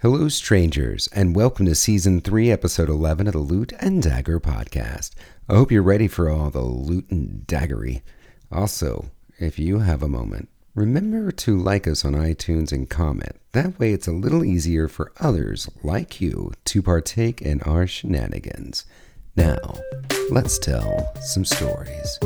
Hello, strangers, and welcome to Season 3, Episode 11 of the Loot and Dagger Podcast. I hope you're ready for all the loot and daggery. Also, if you have a moment, remember to like us on iTunes and comment. That way, it's a little easier for others like you to partake in our shenanigans. Now, let's tell some stories.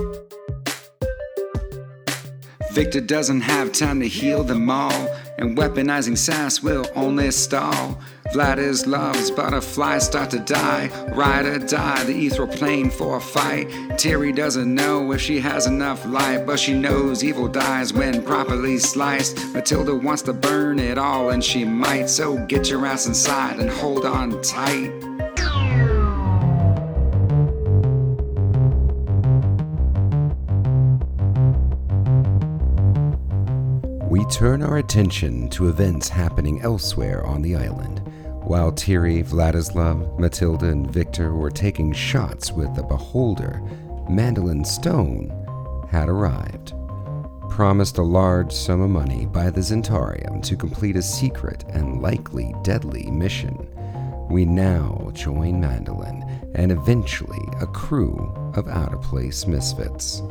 Victor doesn't have time to heal them all, and weaponizing sass will only stall. Vladislav's butterflies start to die, ride or die, the ethereal plane for a fight. Terry doesn't know if she has enough light, but she knows evil dies when properly sliced. Matilda wants to burn it all, and she might, so get your ass inside and hold on tight. We turn our attention to events happening elsewhere on the island. While Tiri, Vladislav, Matilda, and Victor were taking shots with the Beholder, Mandolin Stone had arrived. Promised a large sum of money by the Zentarium to complete a secret and likely deadly mission, we now join Mandolin and eventually a crew of out of place misfits.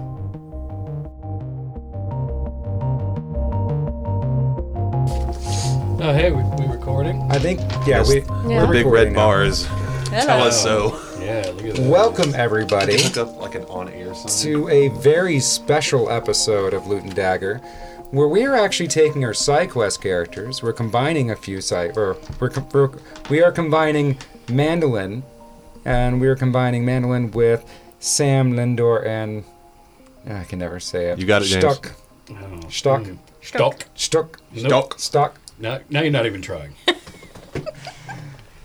Oh, hey, we, we recording? I think, yeah, we, The we're big recording red now. bars tell us so. Yeah, look at that. Welcome, everybody, Hooked up like an on-air sign. to a very special episode of Loot and Dagger, where we are actually taking our side quest characters. We're combining a few side, or we're, com- we're we are combining Mandolin, and we are combining Mandolin with Sam Lindor and I can never say it. You got it, James. Stuck, Oh. stuck, Stock. stuck, Nope. stuck. Now, now you're not even trying.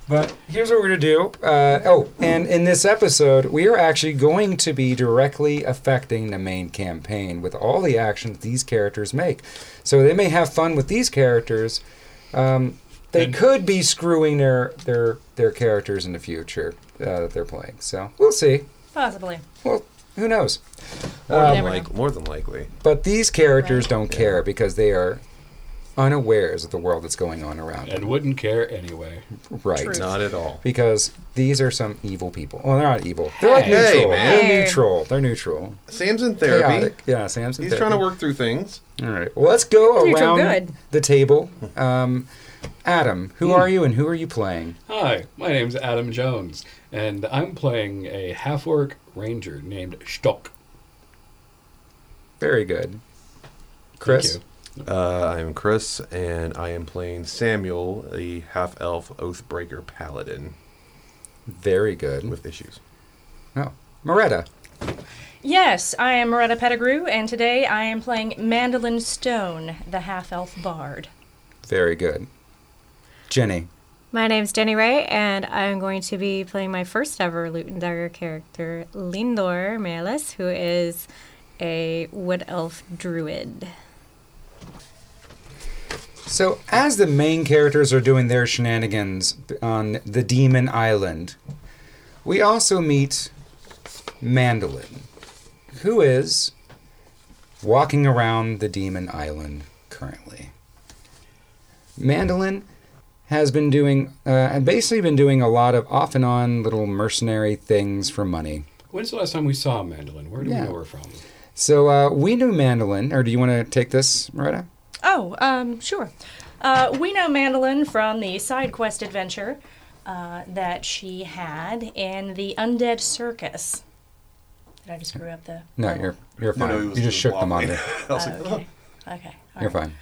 But here's what we're going to do. Uh, oh, and in this episode, we are actually going to be directly affecting the main campaign with all the actions these characters make. So they may have fun with these characters. Um, they And- could be screwing their, their, their characters in the future uh, that they're playing. So we'll see. Possibly. Well, who knows? Oh, More than, Never like, more than likely. But these characters Right. don't care because they are unawares of the world that's going on around them. And wouldn't care anyway. Right. True. Not at all. because these are some evil people. Well, they're not evil. They're like Hey, neutral. man. They're Hey. neutral. They're neutral. Sam's in therapy. Chaotic. Yeah, Sam's. in He's therapy. trying to work through things. All right. Well, let's go Neutral around good. Hmm. the table. Um, Adam, who are you and who are you playing? Hi, my name's Adam Jones, and I'm playing a half orc ranger named Stock. Very good. Chris. Thank Uh, I am Chris, and I am playing Samuel, a half-elf oathbreaker paladin Very good. with issues. Oh, Moretta. Yes, I am Moretta Pettigrew, and today I am playing Mandolin Stone, the half elf bard. Very good. Jenny. My name's Jenny Ray, and I'm going to be playing my first ever Loot and Dagger character, Lindor Meles, who is a wood elf druid. So, as the main characters are doing their shenanigans on the Demon Island, we also meet Mandolin, who is walking around the Demon Island currently. Mandolin has been doing, uh, and basically been doing a lot of off and on little mercenary things for money. you. When's the last time we saw Mandolin? Where do Yeah. we know her from? So, uh, we knew Mandolin, or do you want to take this, Loretta? Oh, um, sure. Uh, we know Mandolin from the side quest adventure uh, that she had in the Undead Circus. Did I just screw up the. No, oh, you're, you're fine. no, he was you just just shook them on wobbling. there. okay. Okay. all You're right. fine.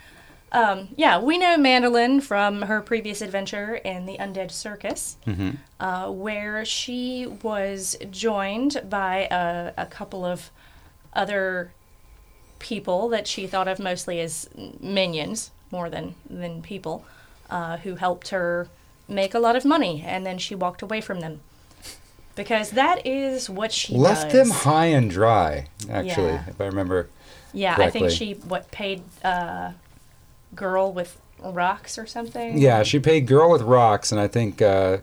Um, yeah, we know Mandolin from her previous adventure in the Undead Circus. Mm-hmm. uh, where she was joined by a, a couple of other people that she thought of mostly as minions more than, than people uh, who helped her make a lot of money and then she walked away from them because that is what she does. left them high and dry actually Yeah. if i remember yeah i correctly. think she what paid uh, girl with rocks or something yeah she paid girl with rocks and i think uh,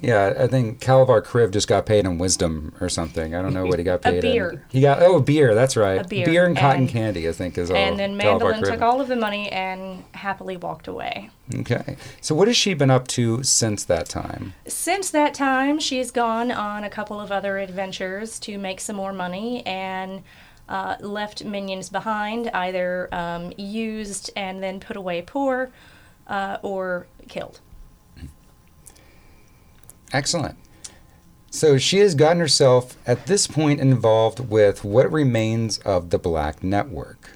Yeah, I think Calvar Kriv just got paid in wisdom or something. I don't know what he got A paid in. beer. He got oh beer. That's right. A beer, and cotton and- candy. I think is all. and then Calvar Mandolin Kriv- took all of the money and happily walked away. Okay, so what has she been up to since that time? Since that time, she's gone on a couple of other adventures to make some more money and uh, left minions behind, either um, used and then put away poor uh, or killed. Excellent. So she has gotten herself at this point involved with what remains of the Black Network.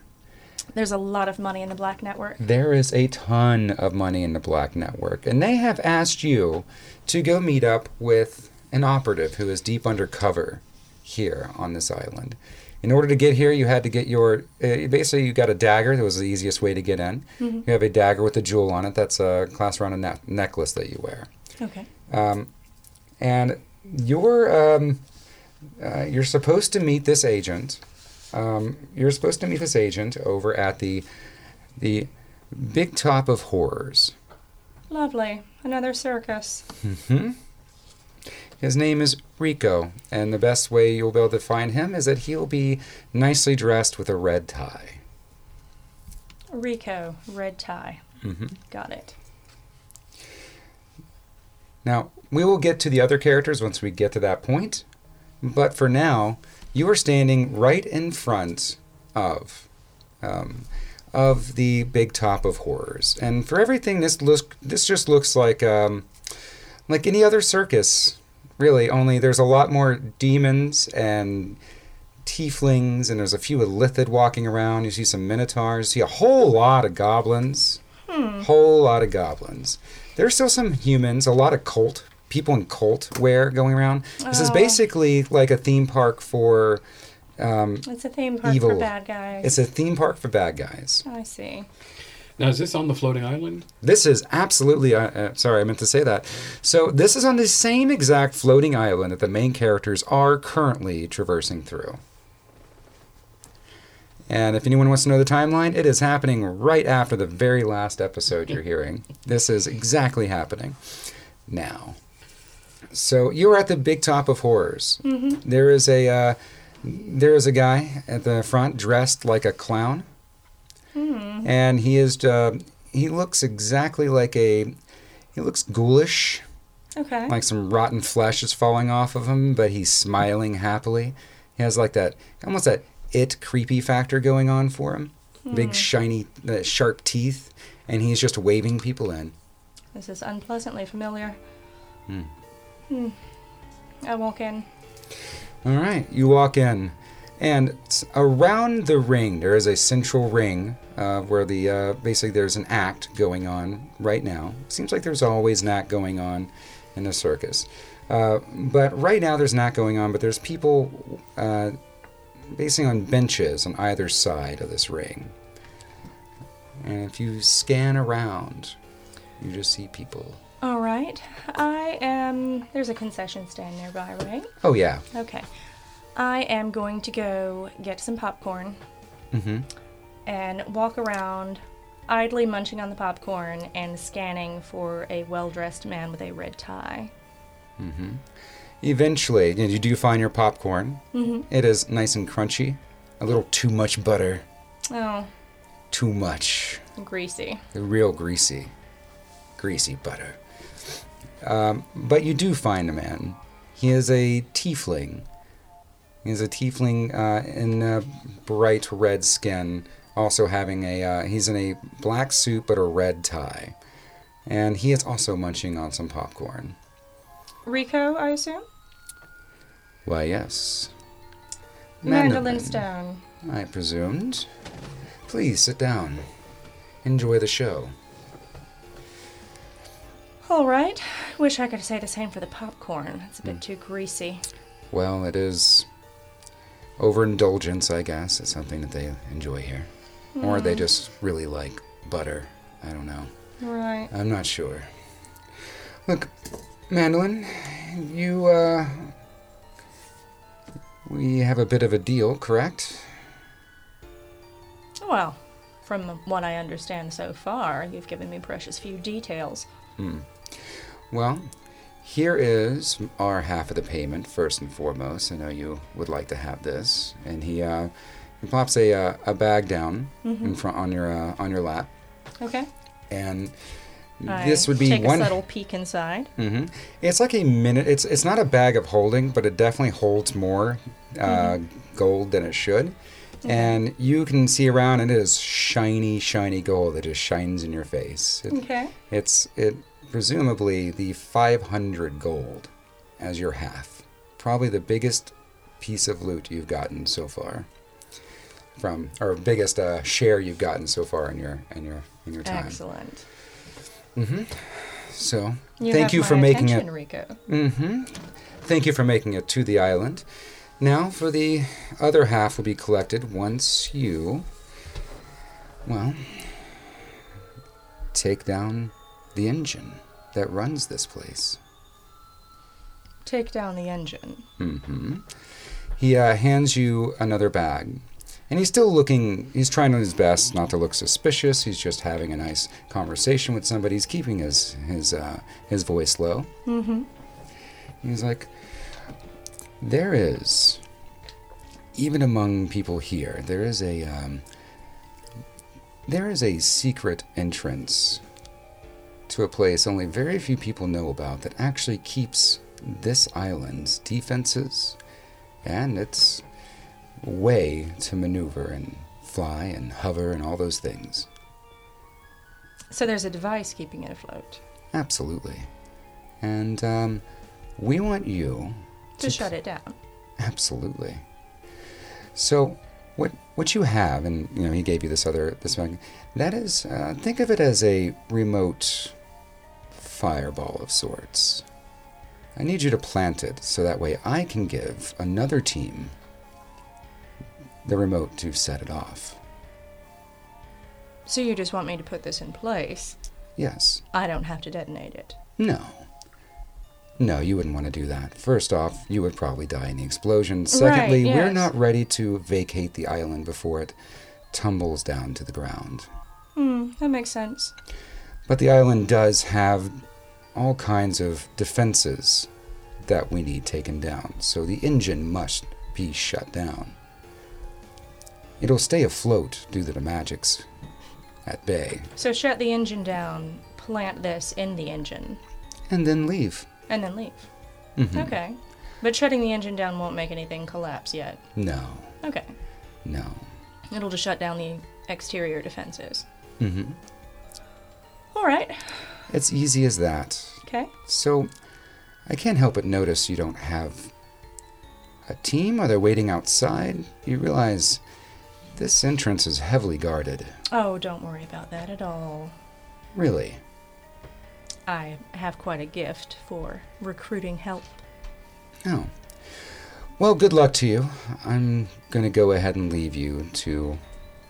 There's a lot of money in the Black Network. There is a ton of money in the Black Network, and they have asked you to go meet up with an operative who is deep undercover here on this island. In order to get here, you had to get your uh, basically you got a dagger. That was the easiest way to get in. You have a dagger with a jewel on it. That's a class around a ne- necklace that you wear. Okay. Um, and you're um, uh, you're supposed to meet this agent. Um, you're supposed to meet this agent over at the the big top of horrors. Lovely. Another circus. His name is Rico, and the best way you'll be able to find him is that he'll be nicely dressed with a red tie. Rico, red tie. Got it. Now we will get to the other characters once we get to that point, but for now, you are standing right in front of um, of the big top of horrors. And for everything, this look this just looks like um, like any other circus, really. Only there's a lot more demons and tieflings, and there's a few illithid walking around. You see some minotaurs. You see a whole lot of goblins. Whole lot of goblins. There's still some humans. A lot of cult people in cult wear going around. This is basically like a theme park for. Um, It's a theme park Evil. for bad guys. it's a theme park for bad guys. I see. Now, is this on the floating island? This is absolutely. Uh, uh, sorry, I meant to say that. So this is on the same exact floating island that the main characters are currently traversing through. And if anyone wants to know the timeline, it is happening right after the very last episode you're hearing. This is exactly happening now. So you're at the big top of horrors. There is a uh, there is a guy at the front dressed like a clown, and he is uh, he looks exactly like a he looks ghoulish, Okay. like some rotten flesh is falling off of him, but he's smiling happily. He has like that almost that it creepy factor going on for him. Big shiny uh, sharp teeth, and he's just waving people in. This is unpleasantly familiar. Hmm. I walk in. All right, you walk in, and s- around the ring there is a central ring uh, where the uh, basically there's an act going on right now. Seems like there's always an act going on in a circus, uh, but right now there's an act going on. But there's people uh, basically on benches on either side of this ring, and if you scan around, you just see people. All right. I am. There's a concession stand nearby, right? Oh yeah, Okay. I am going to go get some popcorn and walk around, idly munching on the popcorn and scanning for a well dressed man with a red tie. Eventually, you, you do find your popcorn. It is nice and crunchy. A little too much butter. Oh, Too much. greasy. Real greasy. Greasy butter. Um, but you do find a man. He is a tiefling. He is a tiefling uh, in uh, bright red skin, also having a. Uh, he's in a black suit but a red tie. And he is also munching on some popcorn. Rico, I assume? Why, yes. Mandolin Stone. I presumed. Please sit down. Enjoy the show. All right. Wish I could say the same for the popcorn. It's a bit too greasy. Well, it is overindulgence, I guess. It's something that they enjoy here. Or they just really like butter. I don't know. Right. I'm not sure. Look, Mandolin, you, uh. We have a bit of a deal, correct? Well, from what I understand so far, you've given me precious few details. Well, Here is our half of the payment, first and foremost. I know you would like to have this. And he, uh, he plops a, uh, a bag down Mm-hmm. in front on your uh, on your lap, Okay. and I this would be take one. a subtle peek inside. hmm It's like a minute. It's it's not a bag of holding, but it definitely holds more uh, Mm-hmm. gold than it should. And you can see around, and it is shiny, shiny gold that just shines in your face. It- Okay. It's it presumably the 500 gold as your half. Probably the biggest piece of loot you've gotten so far. From or biggest uh, share you've gotten so far in your in your in your time. Mm-hmm. Excellent. So thank you for making it. Rico. hmm Thank you for making it to the island. Now, for the other half will be collected once you, well, take down the engine that runs this place. Take down the engine. hmm He uh, hands you another bag. And he's still looking, he's trying his best not to look suspicious. He's just having a nice conversation with somebody. He's keeping his, his, uh, his voice low. Mm-hmm. He's like, there is, even among people here, there is a, um, there is a secret entrance to a place only very few people know about that actually keeps this island's defenses and its way to maneuver and fly and hover and all those things. So there's a device keeping it afloat Absolutely. And um, we want you to shut it down. Absolutely. So, what what you have, and you know, he gave you this other this one. That is, uh, think of it as a remote fireball of sorts. I need you to plant it so that way I can give another team the remote to set it off. So you just want me to put this in place. Yes. I don't have to detonate it. No. No, you wouldn't want to do that. First off, you would probably die in the explosion. Secondly, we're yes. not ready to vacate the island before it tumbles down to the ground. Hmm, that makes sense. But the island does have all kinds of defenses that we need taken down, so the engine must be shut down. It'll stay afloat due to the magics at bay, So shut the engine down, plant this in the engine, and then leave. and then leave. Mhm. Okay. But shutting the engine down won't make anything collapse yet. No, Okay. no. It'll just shut down the exterior defenses. hmm All right. It's easy as that. Okay. So, I can't help but notice you don't have a team. Are they waiting outside? You realize this entrance is heavily guarded. Oh, don't worry about that at all. Really? I have quite a gift for recruiting help. Oh. Well, good luck to you. I'm going to go ahead and leave you to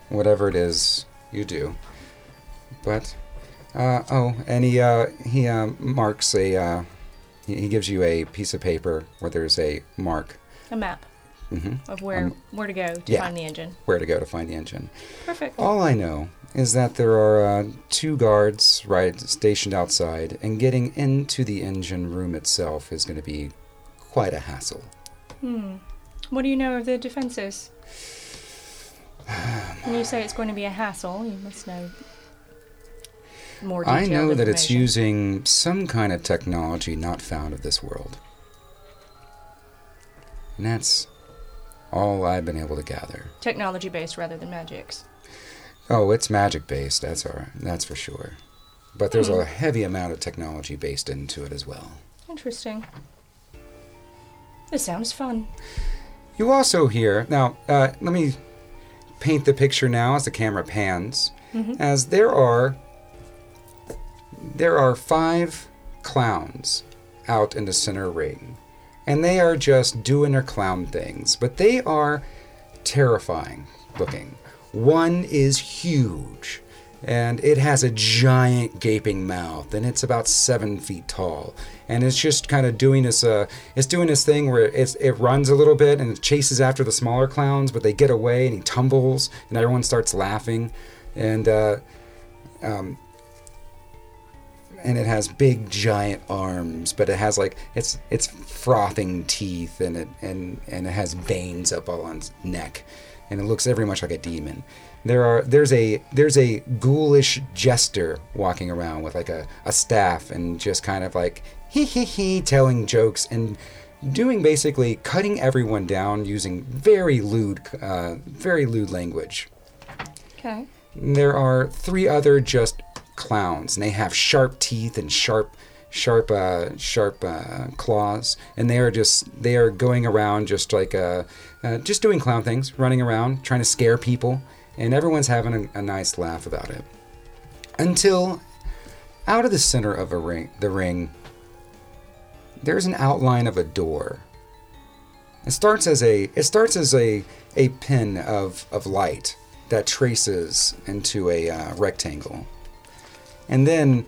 whatever it is you do. But, uh, oh, and he, uh, he uh, marks a, uh, he he gives you a piece of paper where there's a mark. A map hmm of where Um, where to go to yeah. find the engine. Where to go to find the engine. Perfect. All I know is that there are uh, two guards right stationed outside, and getting into the engine room itself is going to be quite a hassle. Hmm. What do you know of the defenses? When you say it's going to be a hassle, you must know more detailed I know that it's information. using some kind of technology not found of this world. And that's all I've been able to gather. technology based rather than magics. Oh, it's magic based, that's all right, that's for sure. But there's Hmm. a heavy amount of technology based into it as well. Interesting. This sounds fun. You also hear now. Uh, let me paint the picture now as the camera pans, as there are there are five clowns out in the center ring, and they are just doing their clown things, but they are terrifying looking. One is huge, and it has a giant gaping mouth, and it's about seven feet tall, and it's just kind of doing this. Uh, it's doing this thing where it's, it runs a little bit and it chases after the smaller clowns, but they get away, and he tumbles, and everyone starts laughing, and. Uh, and it has big giant arms, but it has like it's it's frothing teeth and it and and it has veins up all on its neck, and it looks very much like a demon. There are there's a there's a ghoulish jester walking around with like a, a staff and just kind of like hee hee hee telling jokes and doing basically cutting everyone down using very lewd uh, very lewd language. Okay. There are three other just clowns, and they have sharp teeth and sharp, sharp, uh, sharp uh, claws, and they are just they are going around just like uh, uh, just doing clown things, running around trying to scare people, and everyone's having a, a nice laugh about it. Until, out of the center of a ring, the ring, there's an outline of a door. It starts as a it starts as a a pin of of light that traces into a uh, rectangle, and then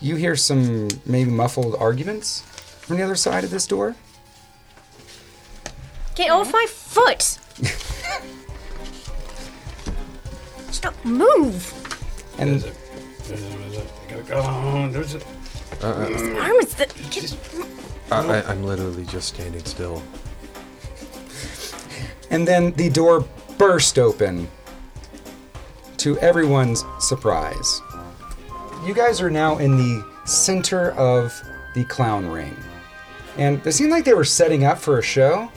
you hear some maybe muffled arguments from the other side of this door. Get off my foot! Stop, move! And Arm is the. Get, I, I, I'm literally just standing still. and then the door burst open to everyone's surprise. You guys are now in the center of the clown ring. And it seemed like they were setting up for a show.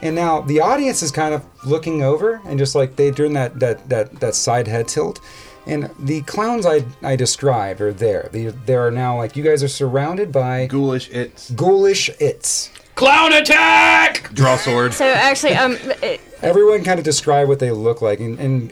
And now the audience is kind of looking over and just like they doing that that that, that side head tilt. And the clowns I, I described are there. They, they are now like you guys are surrounded by Ghoulish, it's ghoulish its. Clown attack! draw sword. So actually, um, it, Everyone kind of describe what they look like, and, and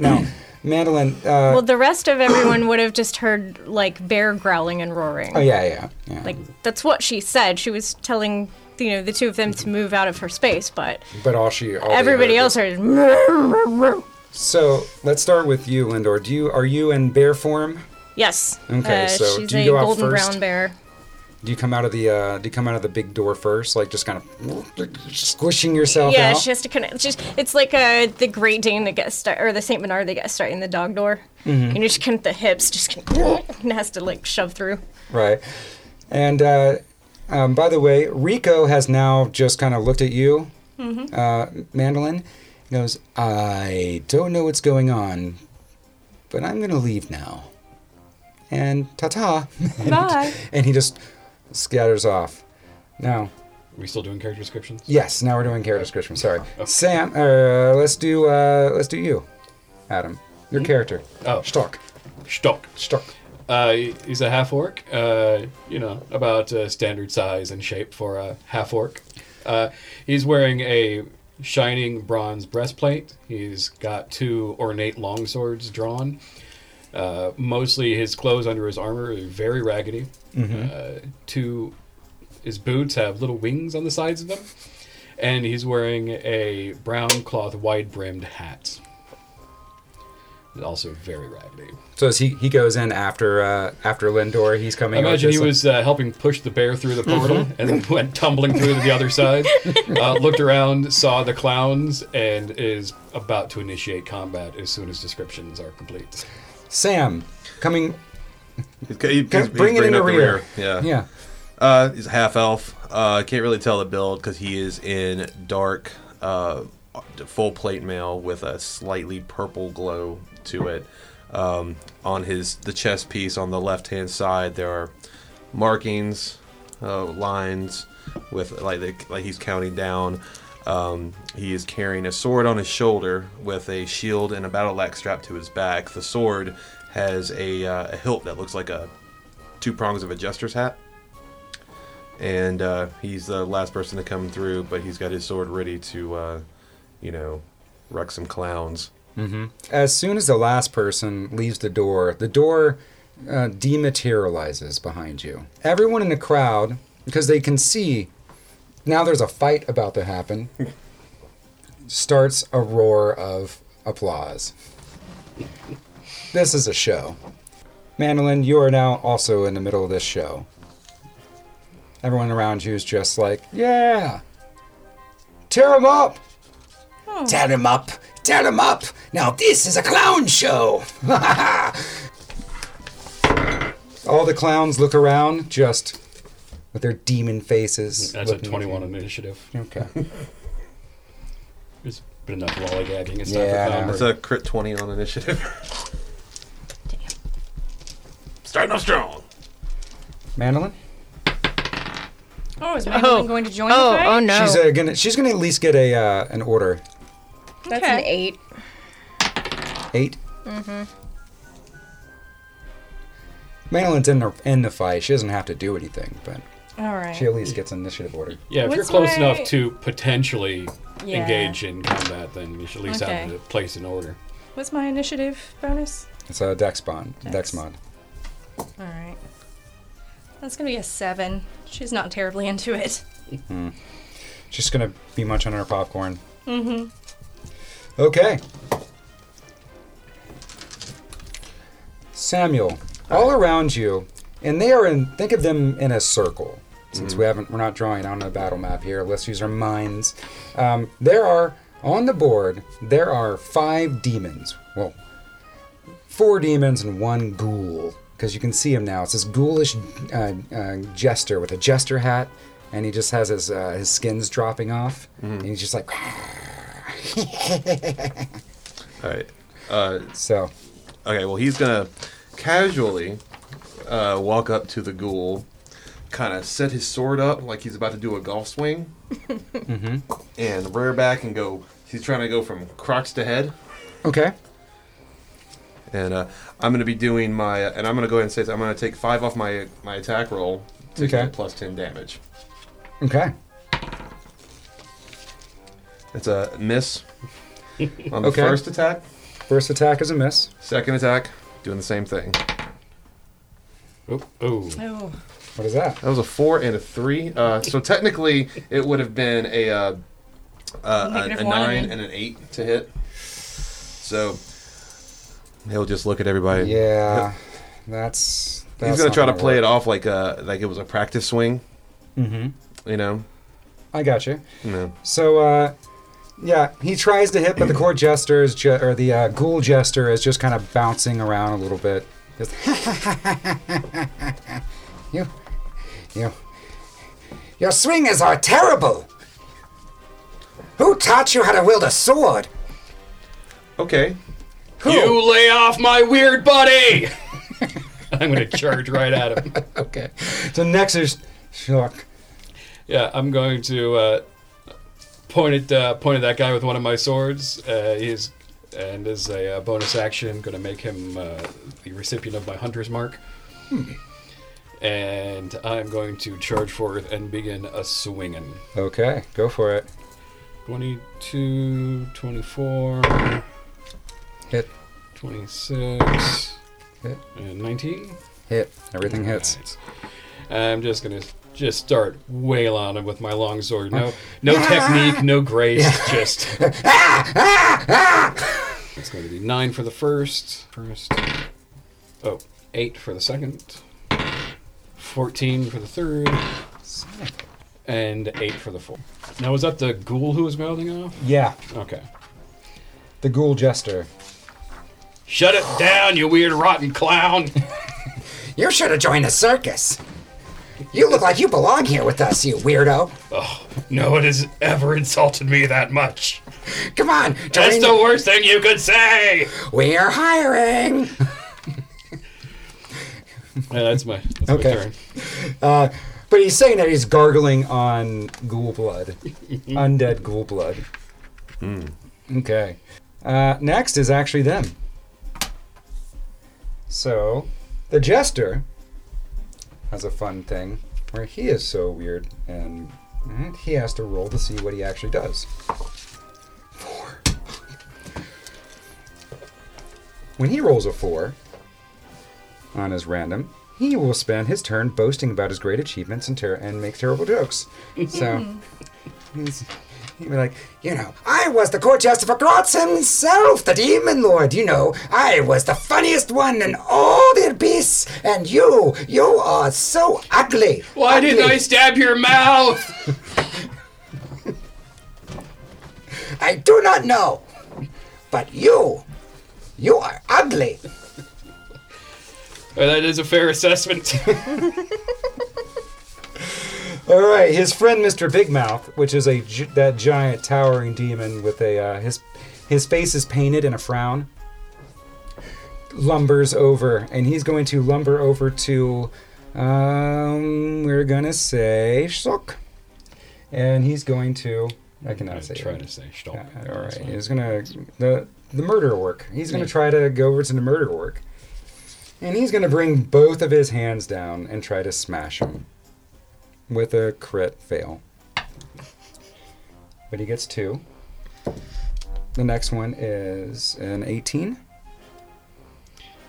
now, Madeline. Uh, well, the rest of everyone would have just heard like bear growling and roaring. oh yeah, yeah, yeah. Like that's what she said. She was telling you know the two of them to move out of her space, but but all she, all they everybody heard else was- heard. So let's start with you, Lindor. Do you are you in bear form? Yes. Okay, Uh, so she's do you a go out golden first? brown bear. Do you come out of the uh, do you come out of the big door first, like just kind of squishing yourself Yeah, out? she has to connect. Just it's like uh, the Great Dane that gets start, or the Saint Bernard that gets started in the dog door. Mm-hmm. And you just connect the hips, just connect, and has to like shove through. right. And uh, um, by the way, Rico has now just kind of looked at you, uh, Mandolin. He goes, I don't know what's going on, but I'm gonna leave now. And ta ta. Bye. and he just scatters off. Now, we still doing character descriptions? Yes, now we're doing character description. Sorry, Sam. Uh, let's do uh, let's do you, Adam. Your character. Oh. Stock. Stock. Stock. Uh, he's a half orc. Uh, you know, about uh, standard size and shape for a half orc. Uh, he's wearing a shining bronze breastplate. He's got two ornate longswords drawn. Uh, mostly his clothes under his armor are very raggedy. Uh, two, his boots have little wings on the sides of them, and he's wearing a brown cloth wide-brimmed hat. Also very raggedy. So as he he goes in after uh, after Lindor, he's coming. I in with imagine he this, like- was uh, helping push the bear through Mm-hmm. the portal and then went tumbling through to the other side. Uh, looked around, saw the clowns, and is about to initiate combat as soon as descriptions are complete. Sam coming. He's, he's, he's Bring it in bringing the up the rear. rear. Yeah. Yeah. Uh, he's a half elf. Uh, can't really tell the build because he is in dark, uh, full plate mail with a slightly purple glow to it. Um, on his the chest piece on the left hand side, there are markings, uh, lines with like the, like he's counting down. Um, he is carrying a sword on his shoulder with a shield and a battle axe strapped to his back. The sword has a, uh, a hilt that looks like a two prongs of a jester's hat and uh, he's the last person to come through, but he's got his sword ready to, uh, you know, wreck some clowns. As soon as the last person leaves the door, the door uh, dematerializes behind you. Everyone in the crowd, because they can see now there's a fight about to happen, starts a roar of applause. This is a show. Mandolin, you are now also in the middle of this show. Everyone around you is just like, yeah, tear him up. Tear him up! Tear him up! Now this is a clown show! All the clowns look around, just with their demon faces. That's a looking at 21 you. initiative. Okay. It's been enough lollygagging. It's Yeah, time for That's combat. a crit 20 on initiative. Starting off strong. Mandolin. Oh, is Madeline going to join oh, the fight? Oh, no. She's uh, gonna. She's gonna at least get a uh, an order. That's an eight. Eight. Mm-hmm. Madelin's in the in er, the fight. She doesn't have to do anything, but All right. she at least gets an initiative order. Yeah, if you're What's my- close enough to potentially Yeah. engage in combat, then you should at least Okay. have it placed in order. What's my initiative bonus? It's uh, a dex bond. Dex Dex. mod. All right. That's going to be a seven. She's not terribly into it. She's gonna be munching on her popcorn. Mm-hmm. Okay. Samuel, all around you, and they are in. Think of them in a circle. Since we haven't, we're not drawing on a battle map here. Let's use our minds. Um, there are on the board. There are five demons. Well, four demons and one ghoul because you can see him now. It's this ghoulish uh, uh, jester with a jester hat, and he just has his uh, his skin's dropping off, Mm-hmm. and he's just like All right. Uh, so. Okay, well, he's gonna casually uh, walk up to the ghoul, kind of set his sword up like he's about to do a golf swing, and rear back and go. He's trying to go from crotch to head, Okay. and uh, I'm gonna be doing my. And I'm gonna go ahead and say I'm gonna take five off my my attack roll to Okay. get plus ten damage. Okay. It's a miss on the Okay. first attack. First attack is a miss. Second attack, doing the same thing. Oh, oh. Oh. What is that? That was a four and a three. Uh, so technically, it would have been a uh, uh, a, Negative a one, I nine mean. and an eight to hit. So he'll just look at everybody. Yeah, that's. that's he's gonna try to play it off like uh like it was a practice swing. Mm-hmm. You know. I got you. No. So, uh, yeah, he tries to hit, but the court jester is ju- or the uh, ghoul jester is just kind of bouncing around a little bit. Just you, you, your swingers are terrible. Who taught you how to wield a sword? Okay. Who? You lay off my weird buddy! I'm going to charge right at him. Okay. So next is Shlock. Yeah, I'm going to uh, point at uh, point at that guy with one of my swords. Uh, he's and as a uh, bonus action, going to make him uh, the recipient of my hunter's mark. And I'm going to charge forth and begin a swinging. Okay, go for it. 22, 24, Hit, 26, hit, and 19. hit. Everything hits. Nice. Uh, I'm just gonna just start wail on him with my long sword. No, no technique, no grace. Just. it's going to be nine for the first. First. Oh, eight for the second. Fourteen for the third. And eight for the fourth. Now was that the ghoul who was mouthing off? Yeah, Okay. the ghoul jester. Shut it down, you weird rotten clown! You should have joined a circus. You look like you belong here with us, you weirdo. No one has ever insulted me that much. Come on, That's join. the worst thing you could say. We're hiring. Yeah, that's my that's Okay. my turn. Uh, But he's saying that he's gargling on ghoul blood, undead ghoul blood. Hmm. Okay. Uh, next is actually them. So, the jester has a fun thing where he is so weird, and, and he has to roll to see what he actually does. Four. When he rolls a four on his random, he will spend his turn boasting about his great achievements and, ter- and make terrible jokes. So, he's, he'd be like, you know, I was the court jester for Grotz himself, the demon lord, you know. I was the funniest one in all the abyss, and you, you are so ugly. Why ugly. didn't I stab your mouth? I do not know. But you, you are ugly. Uh, that is a fair assessment. All right, his friend Mr. Big Mouth, which is a gi- that giant towering demon with a uh, his his face is painted in a frown. Lumbers over, and he's going to lumber over to, um, we're gonna say Shulk, and he's going to. I I'm cannot say. trying it. to say stop. Yeah, all right, he's gonna the the murder work. He's gonna try to go over to the murder work, and he's gonna bring both of his hands down and try to smash him with a crit fail. But he gets two. The next one is an 18.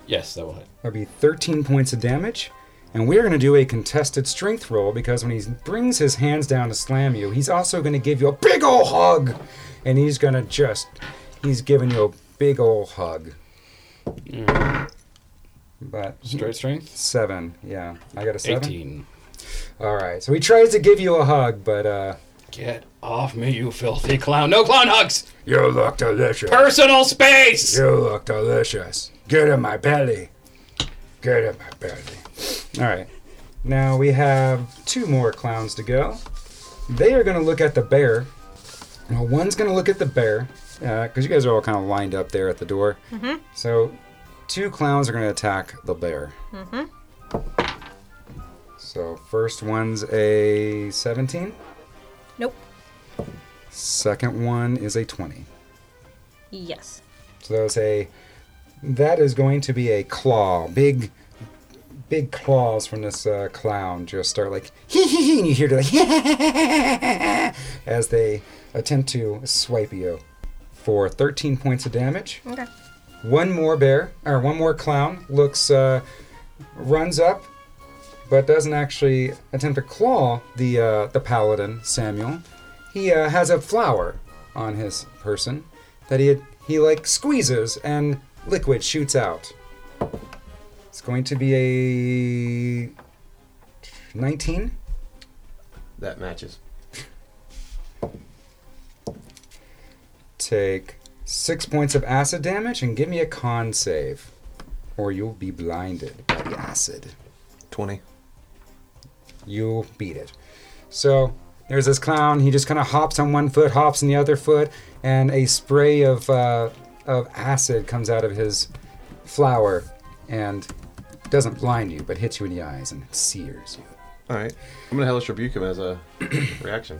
Yes, that will hit. That'll be 13 points of damage. And we're going to do a contested strength roll because when he brings his hands down to slam you, he's also going to give you a big ol' hug. And he's going to just, he's giving you a big ol' hug. But Straight strength. seven, yeah. I got a seven. Eighteen. All right. So he tries to give you a hug, but uh, Get off me, you filthy clown! No clown hugs. you look delicious. Personal space. You look delicious. Get in my belly. Get in my belly. All right. Now we have two more clowns to go. They are going to look at the bear. Now one's going to look at the bear because you guys are all kind of lined up there at the door. Mm-hmm. So two clowns are going to attack the bear. Mm-hmm. So first one's a 17. Nope. Second one is a 20. Yes. So that was a that is going to be a claw, big big claws from this uh, clown just start like hee hee hee, and you hear it like as they attempt to swipe you for 13 points of damage. Okay. One more bear or one more clown looks uh, runs up, but doesn't actually attempt to claw the uh, the paladin Samuel. He uh, has a flower on his person that he he like squeezes and liquid shoots out. It's going to be a 19. That matches. Take six points of acid damage and give me a con save, or you'll be blinded by the acid. Twenty. you beat it. So there's this clown. He just kind of hops on one foot, hops on the other foot, and a spray of uh, of acid comes out of his flower and doesn't blind you, but hits you in the eyes and sears you. All right. I'm gonna hellish rebuke him as a reaction.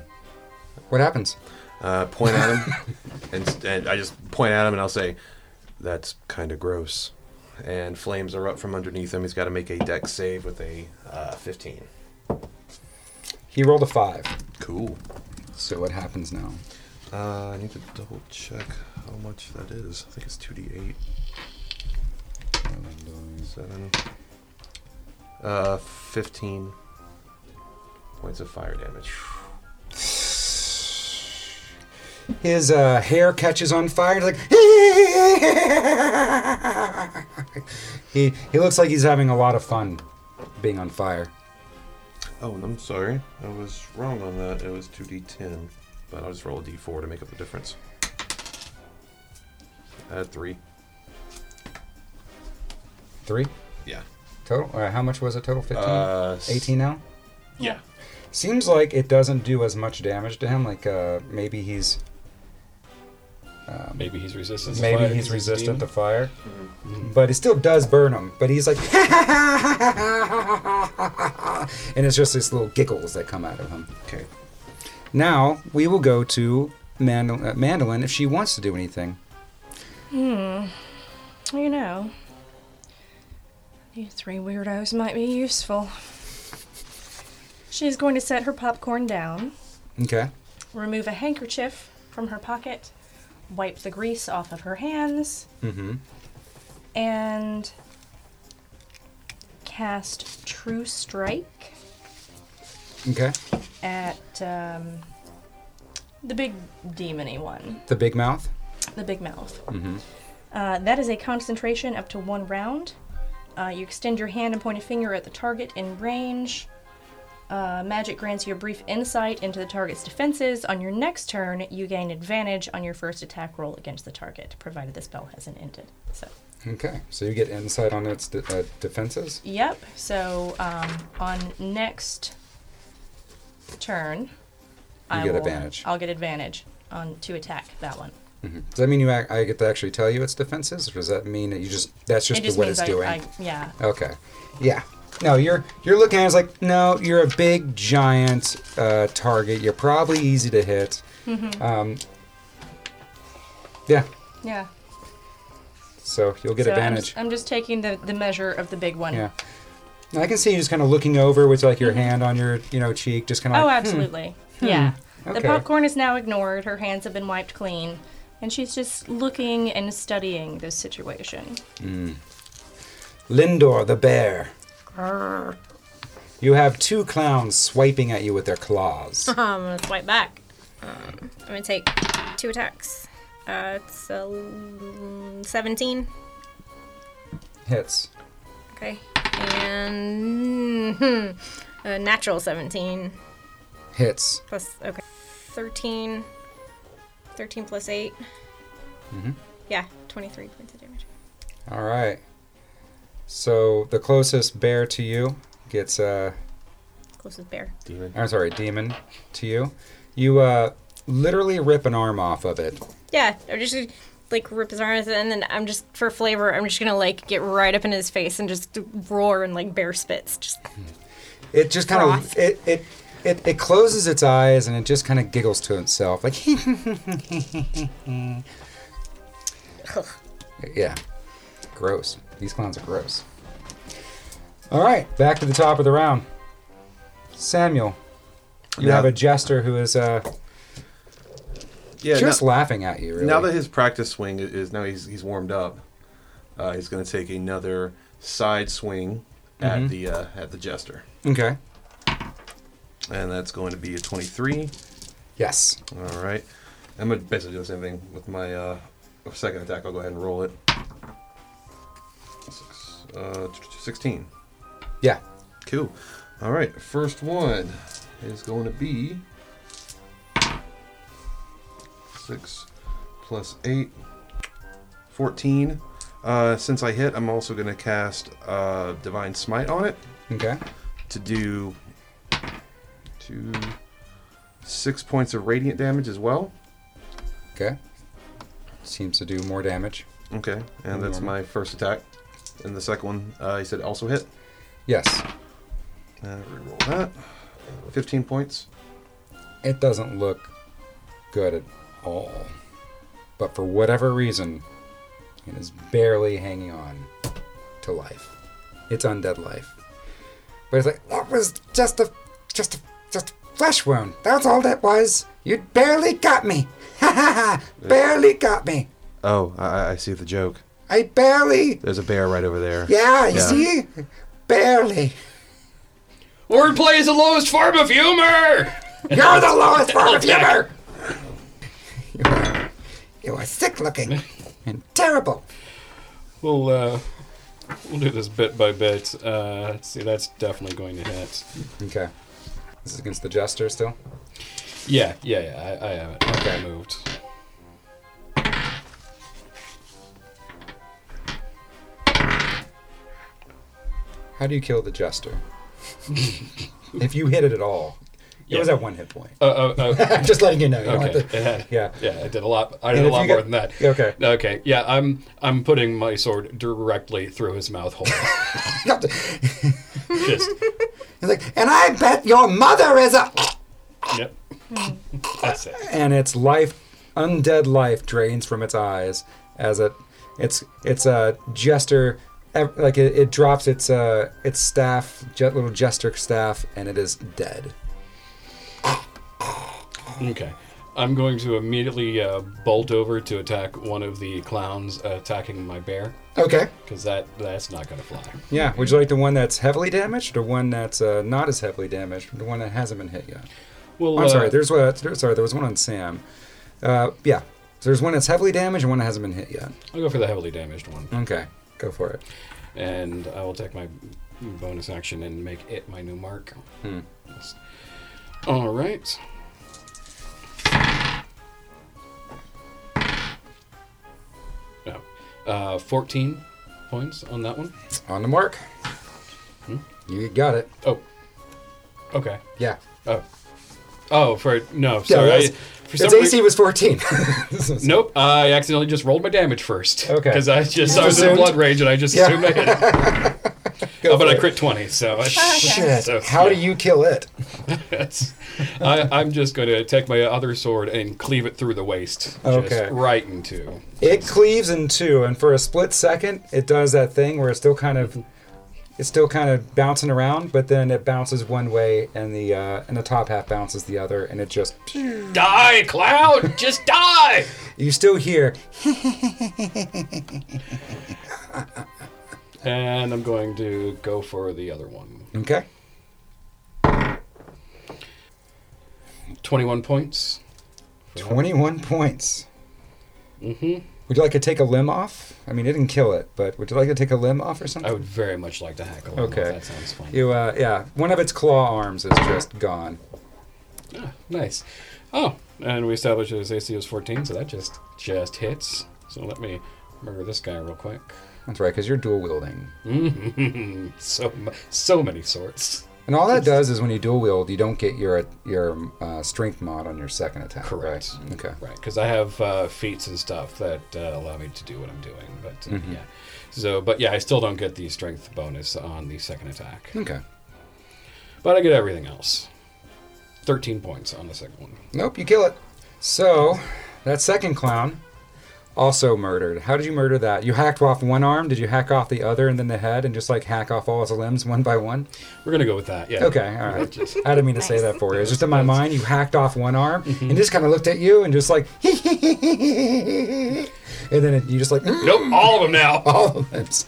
What happens? Uh, point at him, and, and I just point at him, and I'll say, "That's kind of gross." And flames are up from underneath him. He's got to make a deck save with a uh, 15. He rolled a five. Cool. So what happens now? Uh, I need to double check how much that is. I think it's 2d8. Seven. Uh, 15 points of fire damage. His uh, hair catches on fire. He's like he he looks like he's having a lot of fun being on fire. Oh, and I'm sorry. I was wrong on that. It was 2d10. But I'll just roll a d4 to make up the difference. I had three. Three Yeah. total. All right, how much was it total? Fifteen. Uh, s- 18 now. Yeah. Seems like it doesn't do as much damage to him. Like uh, maybe he's Uh, Maybe he's resistant. to maybe fire he's because a resistant demon. to fire, but it still does burn him. But he's like, and it's just these little giggles that come out of him. Okay. Now we will go to Mandol- uh, Mandolin if she wants to do anything. You know, you three weirdos might be useful. She's going to set her popcorn down, Okay. remove a handkerchief from her pocket, wipe the grease off of her hands, Mm-hmm. and cast True Strike Okay. at um, the big demony one, The big mouth. the big mouth. Mm-hmm. Uh, that is a concentration up to one round. Uh, you extend your hand and point a finger at the target in range. Uh, magic grants you a brief insight into the target's defenses. On your next turn, you gain advantage on your first attack roll against the target, provided the spell hasn't ended. So Okay, so you get insight on its de- uh, defenses. Yep. So um, on next turn, I get will, advantage. I'll get advantage on to attack that one. Does that mean you? Ac- I get to actually tell you its defenses, or does that mean that you just that's just, it just what means it's I, doing? I, yeah. Okay. Yeah. No, you're you're looking at it as like, no, you're a big giant uh, target. You're probably easy to hit. Mm-hmm. Um, yeah. Yeah. So you'll get so I'm advantage. just- I'm, just taking the, the measure of the big one. yeah. And I can see you just kind of looking over with like your hand on your you know cheek, just kind of. Mm-hmm. Oh, like, absolutely. Yeah. Hmm. Okay. The popcorn is now ignored. Her hands have been wiped clean. And she's just looking and studying this situation. Lindor the bear. You have two clowns swiping at you with their claws. I'm gonna swipe back. Um, I'm gonna take two attacks. Uh, it's a l- 17. Hits. Okay. And hmm, a natural 17. Hits. Plus, okay. 13. 13 plus 8. Mm-hmm. Yeah, 23 points of damage. All right. So the closest bear to you gets uh Closest bear. Demon. I'm sorry, demon to you. You uh literally rip an arm off of it. Yeah, I'm just gonna, like rip his arms and then I'm just, for flavor, I'm just gonna like get right up in his face and just roar and like bear spits. Just It just kind Froth. of it, it it it closes its eyes and it just kind of giggles to itself like Yeah. Gross. These clowns are gross. All right, back to the top of the round. Samuel, you Now- have a jester who is uh, Yeah, just now, laughing at you. Really. now that his practice swing is, is now he's he's warmed up, uh, he's going to take another side swing Mm-hmm. at the uh, at the jester, okay. and that's going to be a twenty-three. Yes. All right. I'm gonna basically do the same thing with my uh, second attack. I'll go ahead and roll it. Six, uh, t- t- 16. Yeah. Cool. All right. First one is going to be six plus eight. 14. Uh, since I hit, I'm also going to cast uh, Divine Smite on it Okay. to do two, six points of radiant damage as well. Okay. Seems to do more damage. Okay, and that's my first attack. And the second one, uh, he said also hit. Yes. Uh, reroll that. 15 points. It doesn't look good at all. But for whatever reason, it is barely hanging on to life. It's undead life. But it's like that was just a just a just a flesh wound. That's all that was. You barely got me. Ha ha ha! Barely got me. Oh, I, I see the joke. I barely. There's a bear right over there. Yeah, you see, barely. Wordplay is the lowest form of humor. You're the lowest form of humor. You are, you are sick looking and terrible. We'll uh, we'll do this bit by bit. Uh, let's see, that's definitely going to hit. Okay. This is against the jester still. Yeah, yeah, yeah. I, I have it. Okay, Okay. moved. How do you kill the jester? if you hit it at all, it was Yeah. at one hit point. Uh, uh, uh, I'm just letting you know. You don't okay. have It to- had, yeah. yeah. I did a lot. I And did a if lot you more got- than that. Okay. Okay. Yeah. I'm I'm putting my sword directly through his mouth hole. Just. He's like, and I bet your mother is a. Yep. Hmm. That's it. And its life, undead life, drains from its eyes as it, it's it's a jester, ev- like it, it drops its uh its staff, je- little jester staff, and it is dead. Okay. I'm going to immediately uh, bolt over to attack one of the clowns attacking my bear Okay. because that that's not going to fly. Yeah. Would you like the one that's heavily damaged, or the one that's uh, not as heavily damaged, or the one that hasn't been hit yet? Well, I'm uh, sorry. There's one. there- Sorry, there was one on Sam. Uh, yeah. So there's one that's heavily damaged and one that hasn't been hit yet. I'll go for the heavily damaged one, Okay, go for it. and I will take my bonus action and make it my new mark. Yes. All right. No. Uh, 14 points on that one. On the mark. Hmm? You got it. Oh. Okay. Yeah. Oh. Oh, for no, sorry. I, that's- for Its some reason, AC was 14. nope, I accidentally just rolled my damage first. Okay. Because I just I was in assumed? blood rage and I just Yeah. assumed I hit. it. Go Oh, for but I it. crit twenty, so I, Oh, Shit. so, How do yeah. you kill it? That's- I, I'm just going to take my other sword and cleave it through the waist, Okay. just right in two. It cleaves in two, and for a split second, it does that thing where it's still kind of, it's still kind of bouncing around, but then it bounces one way, and the uh, and the top half bounces the other, and it just Die, cloud! just die! you still hear And I'm going to go for the other one. okay, 21 points. twenty one points. Mm-hmm. Would you like to take a limb off? I mean, it didn't kill it, but would you like to take a limb off or something? I would very much like to hack a little. Okay. That sounds fun. You uh, yeah, one of its claw arms is just gone. Nice. Oh, and we established his AC was 14, so that just just hits. So let me murder this guy real quick. That's right, because you're dual wielding. So mu- so many swords. And all that does is when you dual wield, you don't get your your uh, strength mod on your second attack. Correct. Right? Okay. Right, because I have uh, feats and stuff that uh, allow me to do what I'm doing. But uh, Mm-hmm. yeah, so but yeah, I still don't get the strength bonus on the second attack, Okay. but I get everything else. Thirteen points on the second one. Nope, you kill it. So that second clown also murdered. How did you murder that? You hacked off one arm. Did you hack off the other and then the head and just like hack off all his limbs one by one? We're gonna go with that. Yeah. Okay, all right. I didn't mean to say that for you. It's just in my mind, you hacked off one arm and just kind of looked at you and just like, and then it, you just like Nope. All of them now. all the limbs.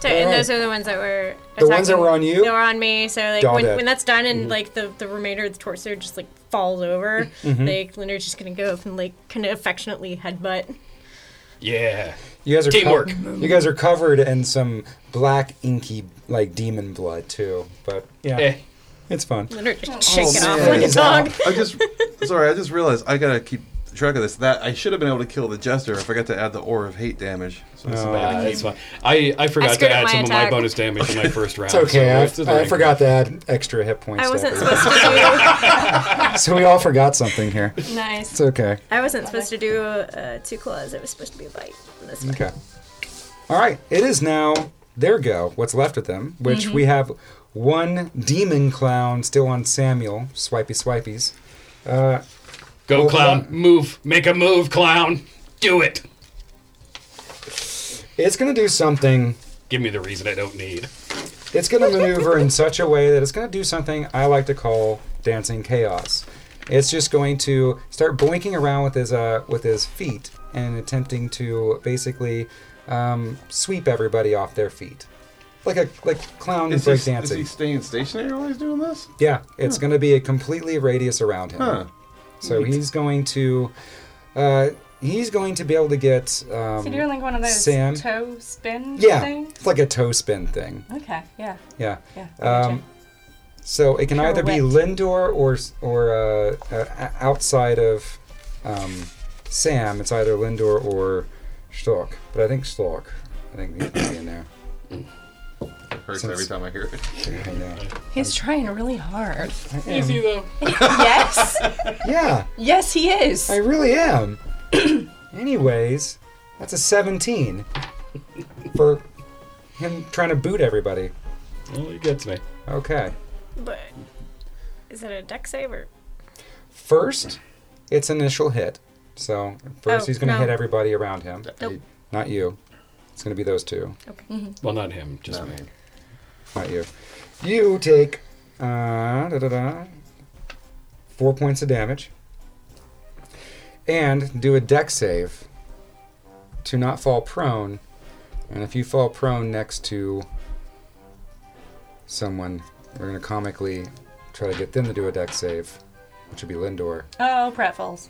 So, and Alright. those are the ones that were The ones that attacking- were on you? Mm-hmm. They were on me. So like They're all when, dead. when that's done and like the, the remainder of the torso just like falls over, Mm-hmm. like Leonard's just gonna go up and like kind of affectionately headbutt. Yeah. You guys are co- Teamwork. you guys are covered in some black inky like demon blood too, but yeah, Eh. it's fun. Leonard just shake it off man. like a dog. I just sorry, I just realized I gotta keep track of this. That I should have been able to kill the jester. I forgot to add the aura of hate damage. So Oh, that's something I Uh, gotta that's fine. I, I forgot to screwed up add my some of my attack. bonus damage in my first round. It's okay. so I, it's- it's I alright. forgot to add extra hit points. I to wasn't everything. supposed to So we all forgot something here. do. nice. It's okay. I wasn't supposed to do uh, two claws. It was supposed to be a bite. This one. Okay. All right. It is now their go. What's left of them, which Mm-hmm. we have one demon clown still on Samuel. Swipey swipeys. Go, Well, clown. Move. Make a move, clown. Do it. It's gonna do something. Give me the reason I don't need. It's going to maneuver in such a way that it's going to do something I like to call dancing chaos. It's just going to start blinking around with his uh, with his feet and attempting to basically um, sweep everybody off their feet, like a like clown Is, break he, is he dancing. staying stationary while he's doing this? Yeah, it's going to be a completely radius around him. Huh. So he's going to uh, he's going to be able to get So um, you're doing like one of those Sam. toe spin yeah, things? it's like a toe spin thing. Okay, yeah. Yeah. Yeah. Um, So it can either be Pirouette. Lindor or or uh, uh, outside of um, Sam. It's either Lindor or Stork. But I think Stork. I think he's gonna be in there. It hurts Since- every time I hear it. I know. He's trying really hard. Easy though. yes, Yeah, yes, he is. I really am. Anyways, that's a 17 for him trying to boot everybody. Well, he gets me. Okay. But is it a deck saver? First, it's initial hit. So first Oh, he's gonna no. hit everybody around him. Nope. Not you. It's gonna be those two. Well, not him, just me. Not you. You take uh, da, da, da, four points of damage and do a deck save to not fall prone. And if you fall prone next to someone, we're going to comically try to get them to do a deck save, which would be Lindor. Oh, pratfalls.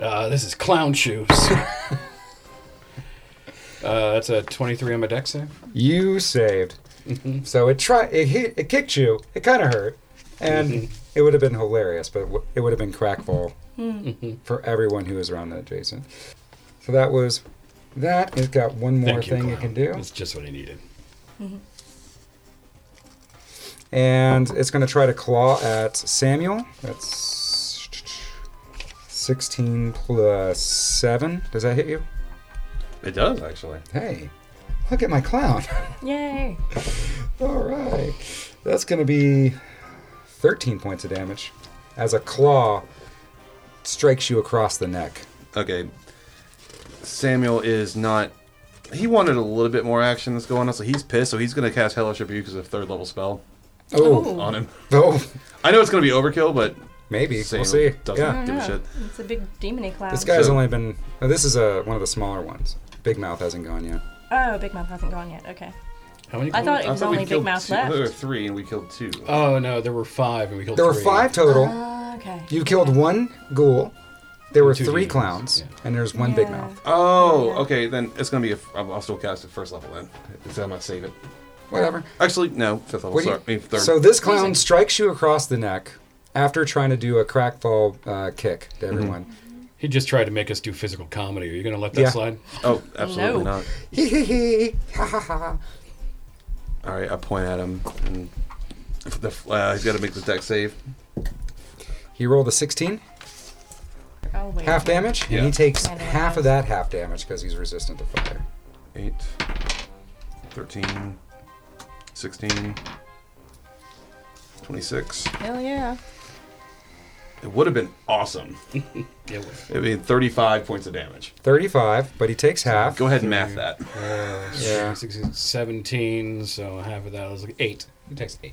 Uh, this is clown shoes. uh, that's a 23 on my deck save. You saved. So it tried. It hit. It kicked you. It kind of hurt, and it would have been hilarious, but it w- it would have been crackball for everyone who was around that adjacent. So that was That has got one more Thank you, thing it can Clown. do. It's just what I needed. and it's going to try to claw at Samuel. That's 16 plus 7. Does that hit you? It does actually. Hey, look at my clown. Yay. All right. That's going to be 13 points of damage as a claw strikes you across the neck. Okay. Samuel is not. He wanted a little bit more action that's going on, so he's pissed. So he's going to cast Hellish Rebuke as a third level spell Oh, on him. oh, I know it's going to be overkill, but maybe. Samuel we'll see. Doesn't Yeah. give a shit. It's a big demony clown. This guy's So- only been. oh, this is uh, one of the smaller ones. Big Mouth hasn't gone yet. Oh, Big Mouth hasn't gone yet. Okay. How many? I thought it I was thought we only Big killed Mouth two, left. There were three, and we killed two. Oh no, there were five, and we killed. There were three. five total. Uh. Ah, okay. You killed one ghoul. There were Two three demons, clowns, yeah. and there's one big mouth. Oh, okay. Then it's going to be. A, I'll I'll still cast it first level then. Because I'm not save it. Whatever. Actually, no, fifth level. What do you- sorry, I mean, third. So this clown strikes you across the neck after trying to do a crackball uh, kick to everyone. He just tried to make us do physical comedy. Are you going to let that Yeah. slide? oh, absolutely No. not. Hee hee hee. Ha ha ha. All right, I point at him, and if the, uh, he's got to make the deck save. He rolled a 16, Oh, wait. half damage, and Yeah. he takes half of that half damage because he's resistant to fire. 8, 13, 16, 26. Hell yeah. It would have been awesome. Yeah. wait. It'd be 35 points of damage. 35, but he takes half. Go ahead and math that. Uh, Yeah. 16, 17, so half of that was like 8. It takes 8.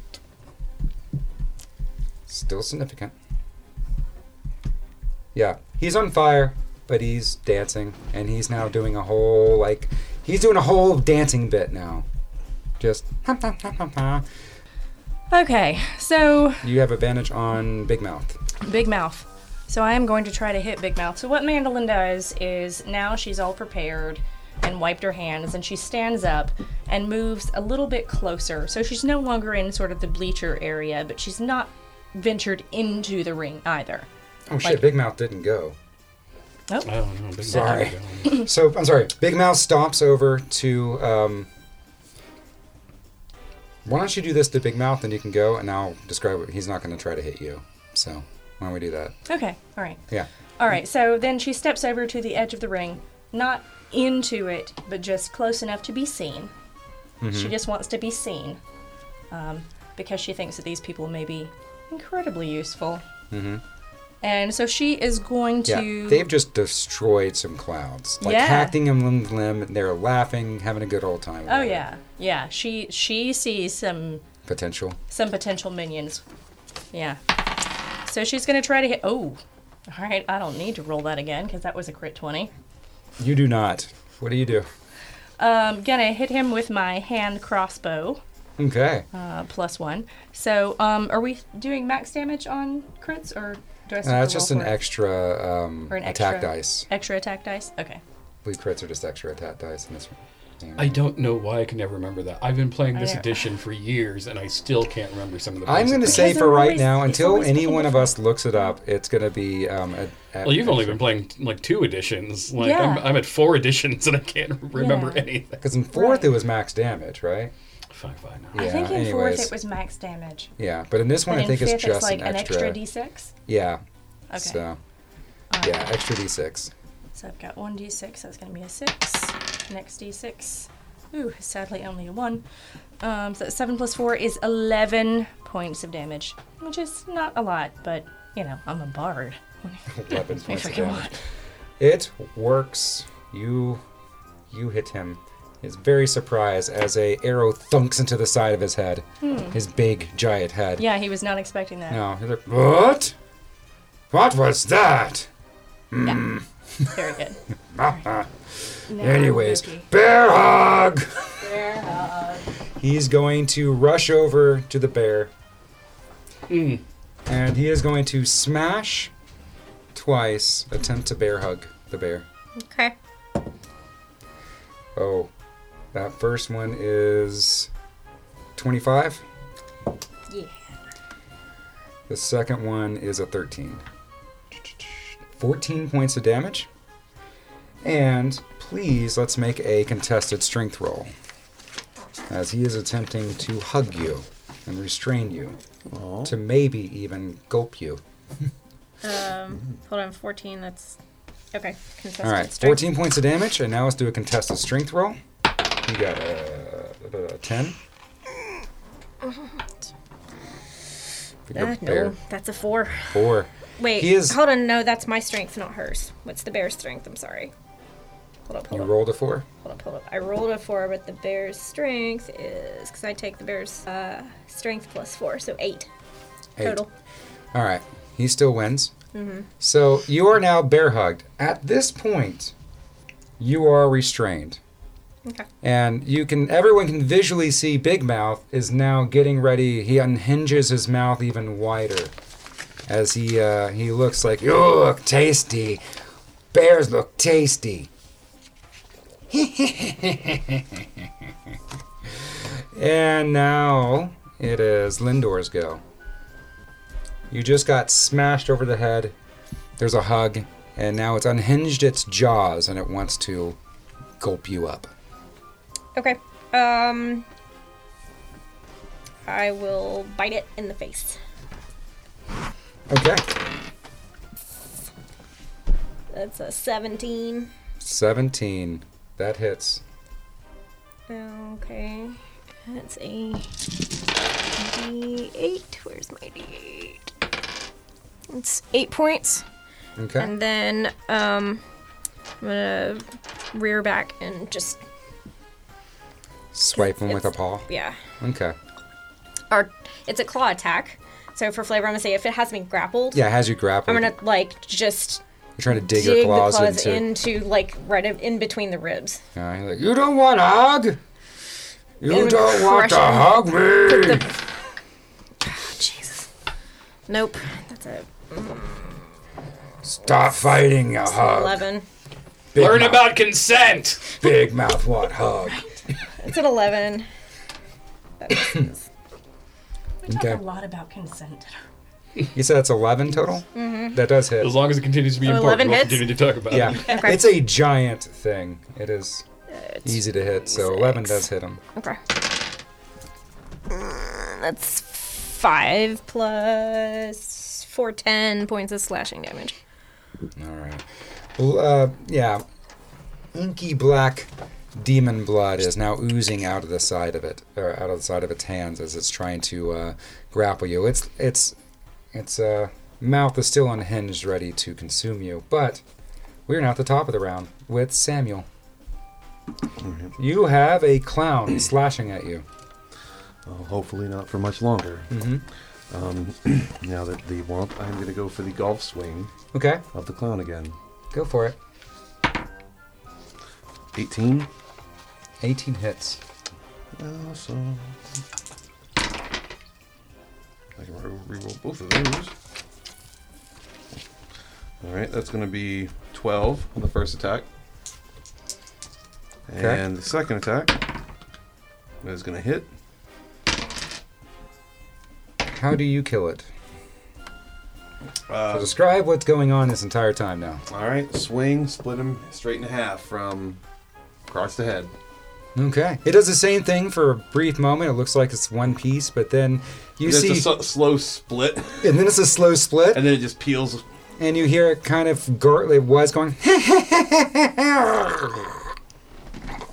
Still significant. Yeah, he's on fire, but he's dancing, and he's now doing a whole like he's doing a whole dancing bit now. Just hum, hum, hum, hum, hum. Okay, so you have advantage on Big Mouth. Big Mouth. So I am going to try to hit Big Mouth. So what Mandolin does is now she's all prepared and wiped her hands and she stands up and moves a little bit closer. So she's no longer in sort of the bleacher area, but she's not ventured into the ring either. Oh, Oh shit, Like- Big Mouth didn't go. I don't know. Oh, Big Mouth Sorry. didn't go in. So I'm sorry. Big Mouth stomps over to. Um, why don't you do this to Big Mouth, and you can go, and I'll describe it. He's not going to try to hit you, so why don't we do that? Okay, all right. Yeah. All right, so then she steps over to the edge of the ring, not into it, but just close enough to be seen. She just wants to be seen um, because she thinks that these people may be incredibly useful. Mm-hmm. And so she is going Yeah, to. they've just destroyed some clouds, like Yeah. hacking them limb to limb. And they're laughing, having a good old time. oh with it. yeah, yeah. She she sees some potential. some potential minions. Yeah. So she's gonna try to hit. Oh, all right. I don't need to roll that again because that was a crit twenty. You do not. What do you do? Um, gonna hit him with my hand crossbow. Okay. uh, plus one. So, um, are we doing max damage on crits, or do I? still Uh, it's roll just an for it? extra um, Or an attack extra. dice. Extra attack dice. Okay. I believe crits are just extra attack dice in this one. Yeah. I don't know why I can never remember that. I've been playing this know. edition for years, and I still can't remember some of the I'm basic going to things. say Because for they're right always- now, it's until always any fucking one of us looks it up, it's going to be. Um, a, a- Well, you've only been playing like two editions. Like I'm, Yeah. I'm at four editions, and I can't remember Yeah. anything. Because in fourth Right. it was max damage, right? Fine, fine. now. I think in anyways. fourth it was max damage, Yeah, but in this one but I in think fifth it's just like an extra. d6. yeah. Okay. So, So yeah, extra d6. I've got one d6. That's going to be a six. Next d6. Ooh, sadly only a one. Um, so that's seven plus four is eleven points of damage, which is not a lot, but you know I'm a bard. Weapons I points of freaking damage. want. It works. You you hit him. He's very surprised as a arrow thunks into the side of his head. His big giant head. Hmm. Yeah, he was not expecting that. No, he's like, what? What was that? Yeah. Very good. Now I'm Anyways, Loki. bear hug. Bear hug. He's going to rush over to the bear. And he is going to smash twice, attempt to bear hug the bear. Okay. Oh, that first one is 25. Yeah. The second one is a 13. 14 points of damage. And please let's make a contested strength roll. As he is attempting to hug you and restrain you, to maybe even gulp you. Hold on, 14. That's okay. Contested All right, strength. 14 points of damage, and now let's do a contested strength roll. You got a, a 10. You're Uh, bare. no, that's a four. Four. Wait, He is- hold on. No, that's my strength, not hers. What's the bear's strength? I'm sorry. Hold up, hold You up, rolled a four. hold up, hold up. I rolled a four, but the bear's strength is because I take the bear's uh, strength plus four, so eight, Eight. total. All right. He still wins. So you are now bear hugged. At this point, you are restrained. Okay. And you can everyone can visually see Big Mouth is now getting ready. He unhinges his mouth even wider as he uh, he looks like you look tasty. Bears look tasty. and now it is Lindor's go. You just got smashed over the head. There's a hug, and now it's unhinged its jaws and it wants to gulp you up. Okay. Um, I will bite it in the face. Okay. That's a 17. 17. That hits. Okay. That's a D8. Where's my D8? It's eight points. Okay. And then um, I'm gonna rear back and just Swipe him with a paw. yeah. Okay. Or it's a claw attack. So for flavor, I'm gonna say if it has me grappled, Yeah, it has you grappled. I'm gonna like just You're trying to dig, dig your claws, the claws into. into... like right in- in between the ribs. Yeah, he's like, you don't want a hug? You And don't crush want to him. hug me? Jesus. Nope. That's a Stop fighting a hug. eleven. Big Learn mouth, about consent. Big mouth want hug. It's an eleven. We talk Okay. a lot about consent. You said it's 11 total? Mm-hmm. That does hit. As long as it continues to be Oh, 11 important, we'll hits? continue to talk about Yeah. it. It's a giant thing. It is easy to hit, so 11 does hit him. Okay. Mm, That's five plus four ten points of slashing damage. All right. Well, uh, yeah. Inky black demon blood is now oozing out of the side of it, or out of the side of its hands as it's trying to uh, grapple you. Its its its uh, mouth is still unhinged, ready to consume you. But we're now at the top of the round with Samuel. You have a clown slashing at you. Well, hopefully not for much longer. Um, now that the warmth, I'm going to go for the golf swing Okay, of the clown again. go for it. 18. 18 hits. Uh, so I can re- reroll both of those. All right, that's going to be 12 on the first attack, Okay. and the second attack is going to hit. How do you kill it? So Uh, describe what's going on this entire time now. all right, swing, split him straight in half from across the head. Okay. It does the same thing for a brief moment. It looks like it's one piece, but then you It's see, a so- slow split, and then it's a slow split, and then it just peels. and you hear it kind of gurgle. It was going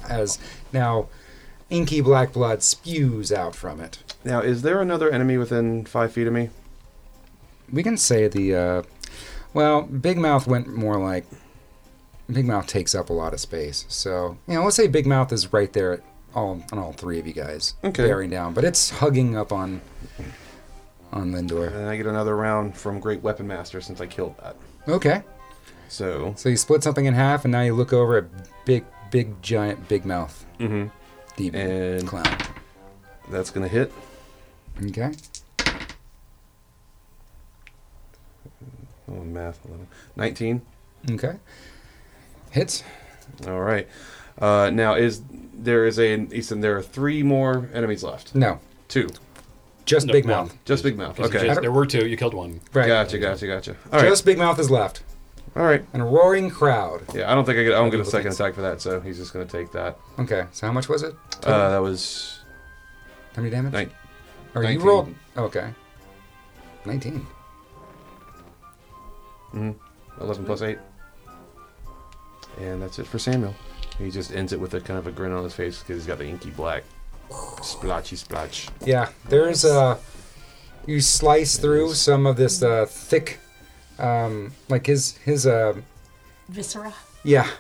as now inky black blood spews out from it. Now, is there another enemy within five feet of me? We can say the uh, well, Big Mouth went more like Big Mouth takes up a lot of space. So you know, let's say Big Mouth is right there at all on all three of you guys, Okay. bearing down, but it's hugging up on on Lindor. And I get another round from Great Weapon Master since I killed that. Okay. So So you split something in half, and now you look over at big, big, giant, big mouth. Mm-hmm. Demon And- clown. that's gonna hit. Okay. Oh, math. 11. 19. Okay. Hits. All right. Uh, now is there is a Easton? There are three more enemies left. No. Two. Just No, big one. mouth. Just Big Mouth. 'Cause you Okay. just- there were two. You killed one. Right. Gotcha. Gotcha. Gotcha. All right. Just big mouth is left. All right. And a roaring crowd. Yeah, I don't think I get. I don't get a Little second things. attack for that, so he's just gonna take that. Okay, so how much was it? Uh, that was How many damage? Nine- Or you 19. rolled. oh, Okay. 19. eleven plus eight, and that's it for Samuel. He just ends it with a kind of a grin on his face because he's got the inky black splotchy splotch. Yeah, there's uh, you slice through some of this uh, thick, um, like his his uh, Viscera. yeah,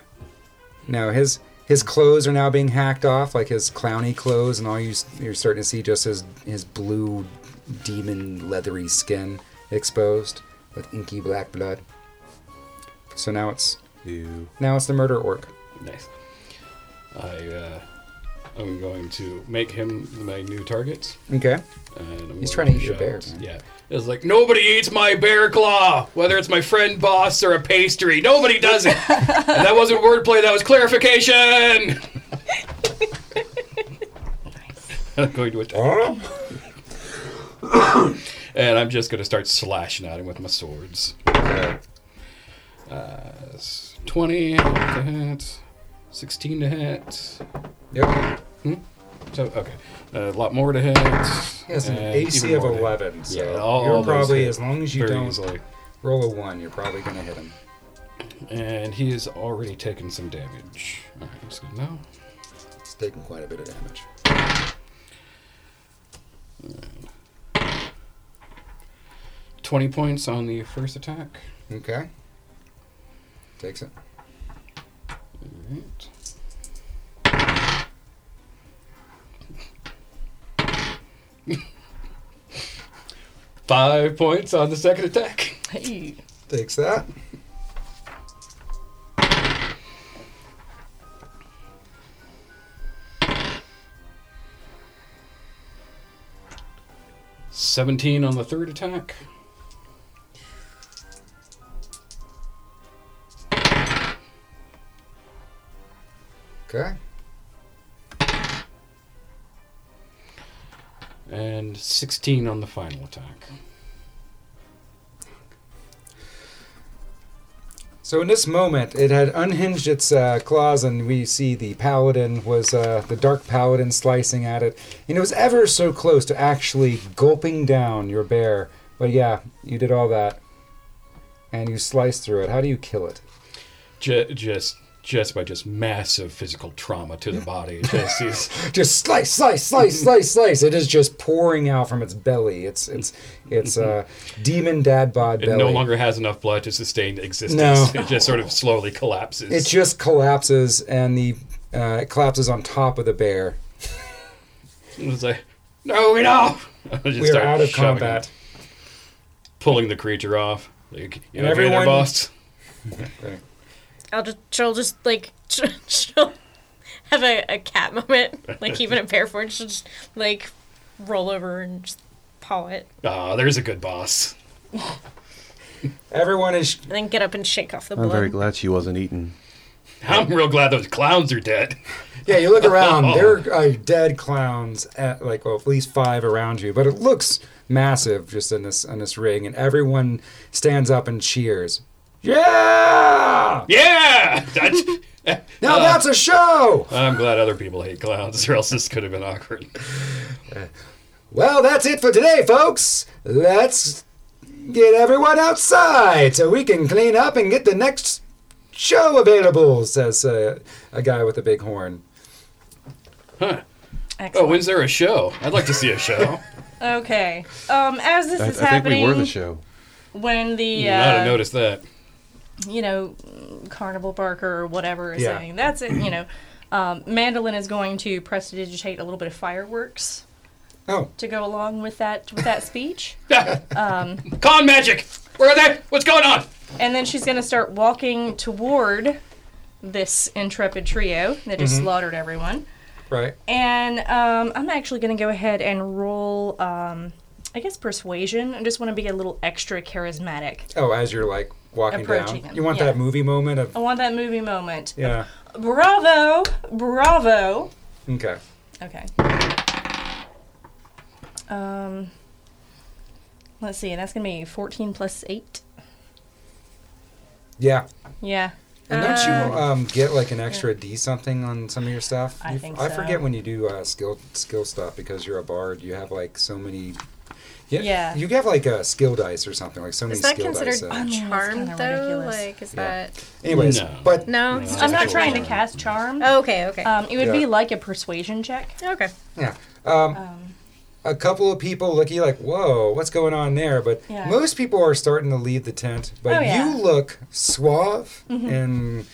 no his his clothes are now being hacked off, like his clowny clothes, and all you s- you're starting to see just his his blue demon leathery skin exposed with inky black blood. So now it's Ew. now it's the murder orc. Nice. I uh, I'm going to make him my new target. Okay. And I'm He's trying going to eat your shout- bear, man. Yeah. It's like nobody eats my bear claw, whether it's my friend boss or a pastry. Nobody does it. and that wasn't wordplay. That was clarification. I'm going to attack, and I'm just going to start slashing at him with my swords. Uh, That's 20 to hit, 16 to hit. Yep. So okay, a lot more to hit. He has an and AC even of more to hit. 11, so Yeah, all- you're all those probably, hit as long as you very don't easily. roll a 1, you're probably going to hit him. And he has already taken some damage. All right, that's good now. It's taking quite a bit of damage. Twenty points on the first attack. Okay. Takes it. All right. Five points on the second attack. Hey. Takes that. Seventeen on the third attack. Okay. And 16 on the final attack. So in this moment, it had unhinged its uh, claws, and we see the paladin was uh, the dark paladin slicing at it, and it was ever so close to actually gulping down your bear. But yeah, you did all that, and you sliced through it. How do you kill it? Ju- just just by just massive physical trauma to the body. Just is just slice, slice, slice, slice, slice. It is just pouring out from its belly. It's it's it's uh, demon dad bod it belly. no longer has enough blood to sustain No. existence. It just sort of slowly collapses. It just collapses, and the uh, it collapses on top of the bear. It was like, no, enough! I just We are started out of shoving combat. it, pulling the creature off. Like, you And know, everyone... everyone- boss. I'll just she'll just like she'll have a, a cat moment, like even a bear for it. She'll just like roll over and just paw it, Ah, there's a good boss. Everyone is and then get up and shake off the I'm blood. very glad she wasn't eaten. I'm real glad those clowns are dead. yeah. You look around. There are uh, dead clowns at like well, at least five around you, but it looks massive just in this in this ring, and everyone stands up and cheers. Yeah! Yeah! That's- Uh, Now that's a show. I'm glad other people hate clowns, or else this could have been awkward. Well, that's it for today, folks. Let's get everyone outside so we can clean up and get the next show available, says uh, a guy with a big horn. Oh, Excellent. when's there a show? I'd like to see a show. Oh. okay. Um, as this I, I is think happening, we were the show. when the Not have uh, noticed that. you know carnival barker or whatever is Yeah. saying that's it, you know, um, Mandolin is going to prestidigitate a little bit of fireworks Oh, to go along with that with that speech. Um. Con magic! Where are they? What's going on? And then she's going to start walking toward this intrepid trio that just slaughtered everyone. right. And um, I'm actually going to go ahead and roll, um, I guess, persuasion. I just want to be a little extra charismatic. Oh, as you're like walking down, Approaching him, you want yeah. that movie moment of I want that movie moment. yeah. Bravo! Bravo! Okay. Okay. Um, let's see, and that's going to be 14 plus 8. Yeah. Yeah. And don't you um, get like an extra D something on some of your stuff? Uh, I You f- think I so. forget when you do uh, skill skill stuff because you're a bard. You have like so many. Yeah. Yeah. You have like a skill dice or something like so many Is that skill considered dice. uh, mean, it's charmed kinda though? ridiculous. Like, is Yeah. that anyways, No. but no? it's I'm just- not trying to cast charm. Oh, okay, okay, Um, it would Yeah. be like a persuasion check. okay. yeah. Um, a couple of people look at you like, "Whoa, what's going on there?" But Yeah. most people are starting to leave the tent. But Oh, yeah. Mm-hmm. you look suave and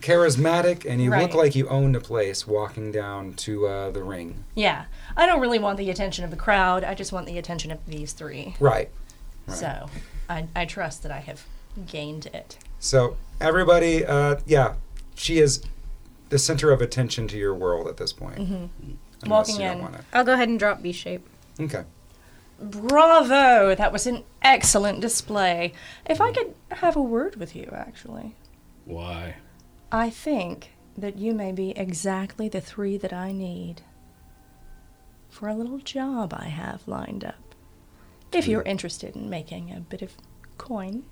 charismatic, and you look Right. like you own the place. Walking down to uh, the ring, Yeah. I don't really want the attention of the crowd. I just want the attention of these three. right? So I, I trust that I have gained it. So everybody, uh, yeah, she is the center of attention to your world at this point. Unless Mm-hmm. Walking you don't in. wanna- I'll go ahead and drop B shape. Okay. Bravo! That was an excellent display. If I could have a word with you, actually. Why? I think that you may be exactly the three that I need for a little job I have lined up. If you're interested in making a bit of coin.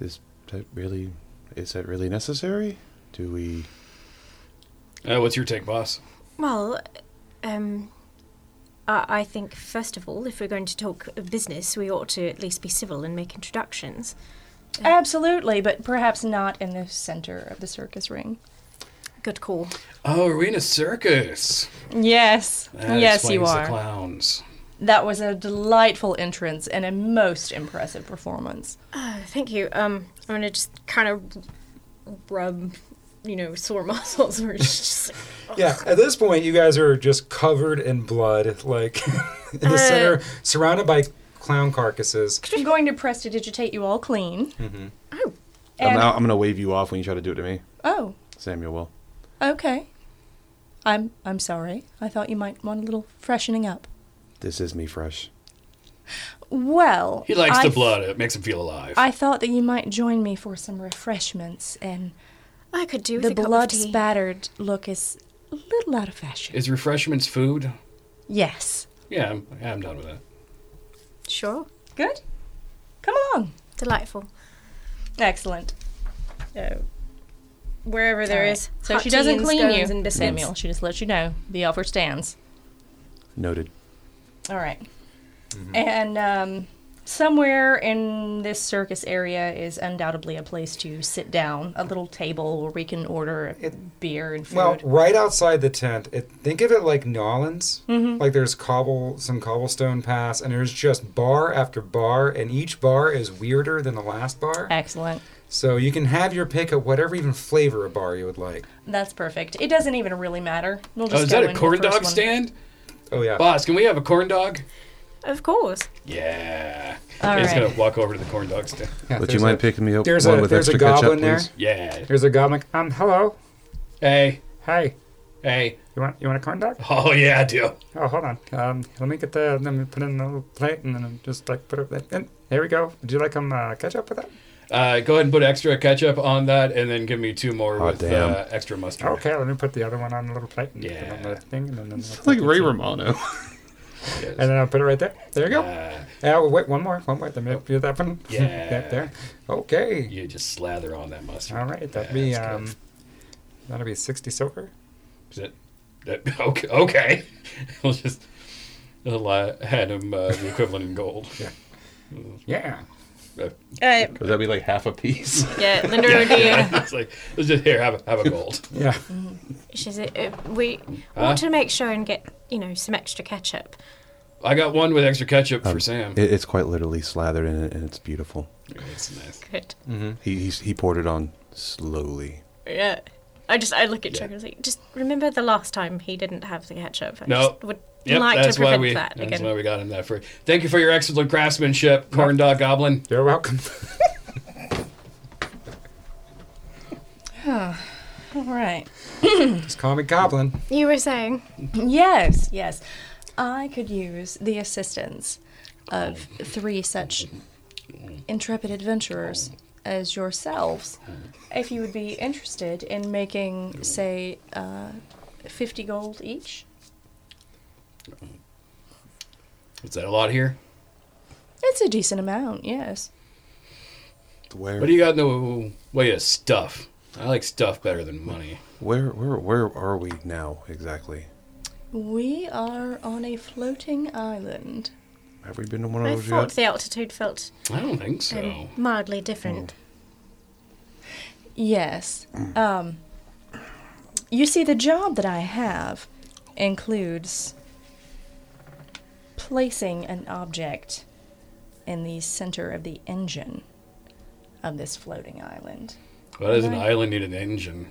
Is that really is that really necessary? Do we Uh, what's your take, boss? Well, um, I, I think first of all, if we're going to talk business, we ought to at least be civil and make introductions. Absolutely, but perhaps not in the center of the circus ring. Good call. Oh, are we in a circus? Yes. That yes, you explains are. The clowns. That was a delightful entrance and a most impressive performance. Uh, thank you. Um, I'm gonna just kind of rub, you know, sore muscles. Or just, just like, Yeah. At this point, you guys are just covered in blood, like in the center, surrounded by clown carcasses. I'm going to press to digitate you all clean. Mm-hmm. Oh. I'm, And, out, I'm gonna wave you off when you try to do it to me. oh, Samuel will. okay. I'm I'm sorry. I thought you might want a little freshening up. This is me fresh. Well, He likes I the th- blood. It makes him feel alive. I thought that you might join me for some refreshments, and I could do with the a cup of blood tea. spattered look is a little out of fashion. Is refreshments food? yes. Yeah, I'm, I'm done with that. Sure. Good. Come along. Delightful. Excellent. Wherever there is. So Hot she tea doesn't and clean you, scones and biscuits. Samuel. She just lets you know the offer stands. Noted. All right. And um, somewhere in this circus area is undoubtedly a place to sit down, a little table where we can order beer and food. Well, right outside the tent, it, think of it like Nolans. Like there's cobble, some cobblestone paths, and there's just bar after bar, and each bar is weirder than the last bar. Excellent. So you can have your pick of whatever even flavor of bar you would like. That's perfect. It doesn't even really matter. We'll Oh, just is go that a into the corn first dog one. stand? Oh yeah. Boss, can we have a corn dog? Of course. Yeah. All He's right. gonna walk over to the corn dog stand. Yeah, Would you there's mind a- picking me up There's one a with there's extra a goblin ketchup, there. please? Yeah. There's a goblin. Um, hello. Hey, Hey, hey. you want you want a corn dog? Oh yeah, I do. Oh, hold on. Um, let me get the. Let me put it in a little plate and then I'm just like put it there. And here we go. Would you like um uh, ketchup with that? Uh, go ahead and put extra ketchup on that, and then give me two more Aw, with damn. Uh, extra mustard. Okay, let me put the other one on a little plate and put it on Yeah. the thing and then. then I'll like put Ray it- Romano. Yes. And then I'll put it right there. There you go. Uh, Yeah, well, wait, one more, one more. Let me do that one. Yeah. That there. Okay. you just slather on that mustard. All right. That'd Yeah, be that's um. That'll be sixty silver. Is it? That, okay. Okay. we'll just we'll, uh, hand him uh, the equivalent in gold. Yeah. Uh, Uh, Would that be like half a piece? yeah, Linda Rodine. it's like let's just here have a, have a gold. Yeah. She said uh, we Huh? want to make sure and get you know some extra ketchup. I got one with extra ketchup for Sam. Um, It, it's quite literally slathered in it, and it's beautiful. It's nice. Good. He he's, he poured it on slowly. Yeah. I just I look at Chuck and I was like, just remember the last time he didn't have the ketchup. I No. just would Yep, like to that's why prevent we. that that's again. why we got him that free. Thank you for your excellent craftsmanship, corn dog goblin. You're welcome. All right. Just call me Goblin. You were saying Yes, yes. I could use the assistance of three such intrepid adventurers as yourselves if you would be interested in making, say, uh, 50 gold each. Is that a lot here? It's a decent amount, yes. Where, What do you got in the way of stuff? I like stuff better than money. where, where, where are we now exactly? We are on a floating island. Have we been to one I of those thought yet? the altitude felt I don't think um, so. mildly different. Yes. Um, you see, the job that I have includes placing an object in the center of the engine of this floating island Why does an island need an engine?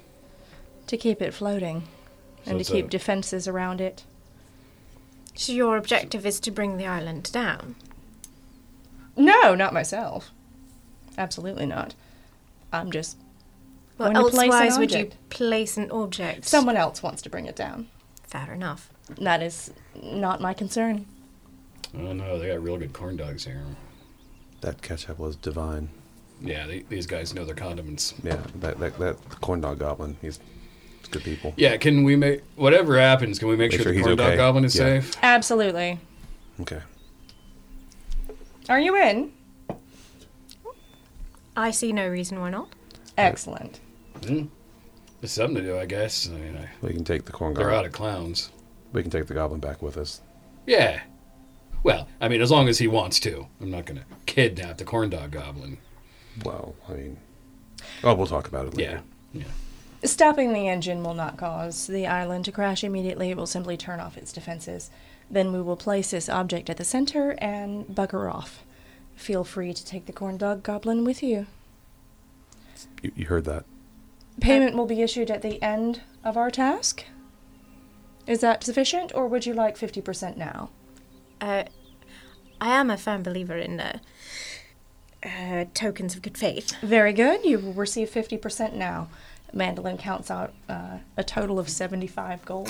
to keep it floating So and it's to keep a- defenses around it. So your objective is to bring the island down. No, not myself. Absolutely not. I'm just. Well, When you place an elsewise would you object. place an object? Someone else wants to bring it down. Fair enough. That is not my concern. I don't know. They got real good corn dogs here. That ketchup was divine. Yeah, they, these guys know their condiments. Yeah, that that, that corn dog goblin. He's, he's good people. Yeah, can we make whatever happens? Can we make, Make sure, sure the he's corn dog okay. goblin is Yeah. safe? Absolutely. Okay. Are you in? I see no reason why not. Excellent. Hmm? It's something to do, I guess. I mean, I, We can take the corn they're out goblin. of clowns. We can take the goblin back with us. Yeah. Well, I mean, as long as he wants to. I'm not gonna kidnap the corn dog goblin. Well, I mean, oh, we'll talk about it later. Yeah. Yeah. Stopping the engine will not cause the island to crash immediately. It will simply turn off its defenses. Then we will place this object at the center and bugger off. Feel free to take the corn dog goblin with you. You, you heard that? Payment will be issued at the end of our task. Is that sufficient, or would you like 50% now? Uh, I am a firm believer in uh, uh, tokens of good faith. Very good. You will receive 50% now. Mandolin counts out uh, a total of 75 gold.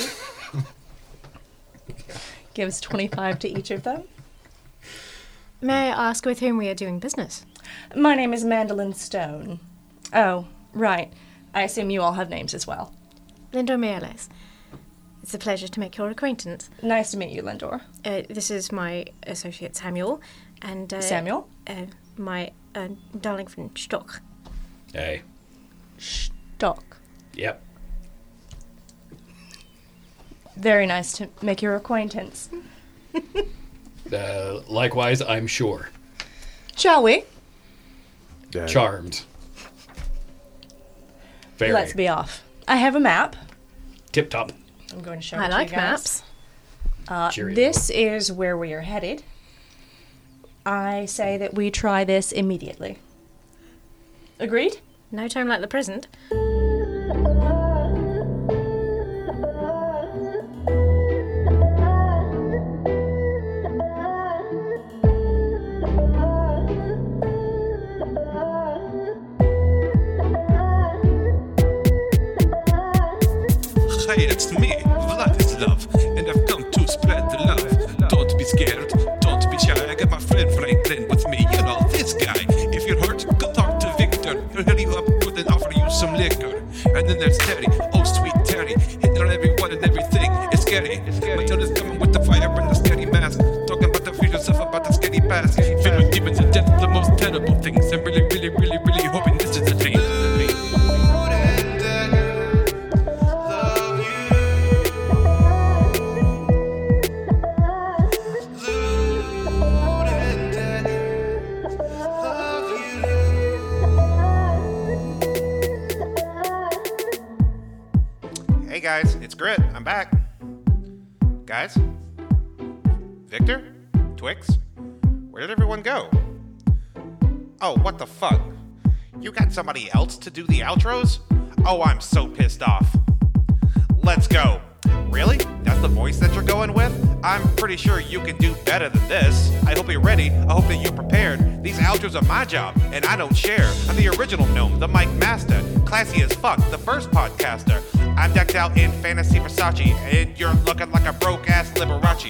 Gives 25 to each of them. May I ask with whom we are doing business? My name is Mandolin Stone. Oh, right. I assume you all have names as well. Lindor Mayales. It's a pleasure to make your acquaintance. Nice to meet you, Lindor. Uh, this is my associate Samuel, and uh, Eh. Samuel? uh, my uh, darling friend Stock. Hey. Doc. Yep. Very nice to make your acquaintance. Uh, likewise, I'm sure. Shall we? Yeah. Charmed. Very. Let's be off. I have a map. Tip top. I'm going to show it I to you like guys. maps. Cheerio. Uh, This is where we are headed. I say that we try this immediately. Agreed? No time like the present. Hi, it's me, Vladislav, and I've come to spread the love. Don't be scared, don't be shy. I got my friend Franklin with me, you know, this guy. If you're hurt, go talk to Victor. He'll heal you up good and offer you some liquor. And then there's Terry, oh sweet Terry, hitting on everyone and everything. It's scary. Matilda's coming with the fire and the scary mask. Talking about the future stuff, about the scary past. Filled with demons and death, the most terrible things. I'm really, really, really, really hoping this is a dream. Hey guys, it's Grit. I'm back. Guys? Victor? Twix? Where did everyone go? Oh, what the fuck? You got somebody else to do the outros? Oh, I'm so pissed off. Let's go. Really? That's the voice that you're going with? I'm pretty sure you can do better than this. I hope you're ready. I hope that you're prepared. These outros are my job, and I don't share. I'm the original gnome, the mic master, classy as fuck, the first podcaster. I'm decked out in fantasy Versace, and you're looking like a broke ass Liberace.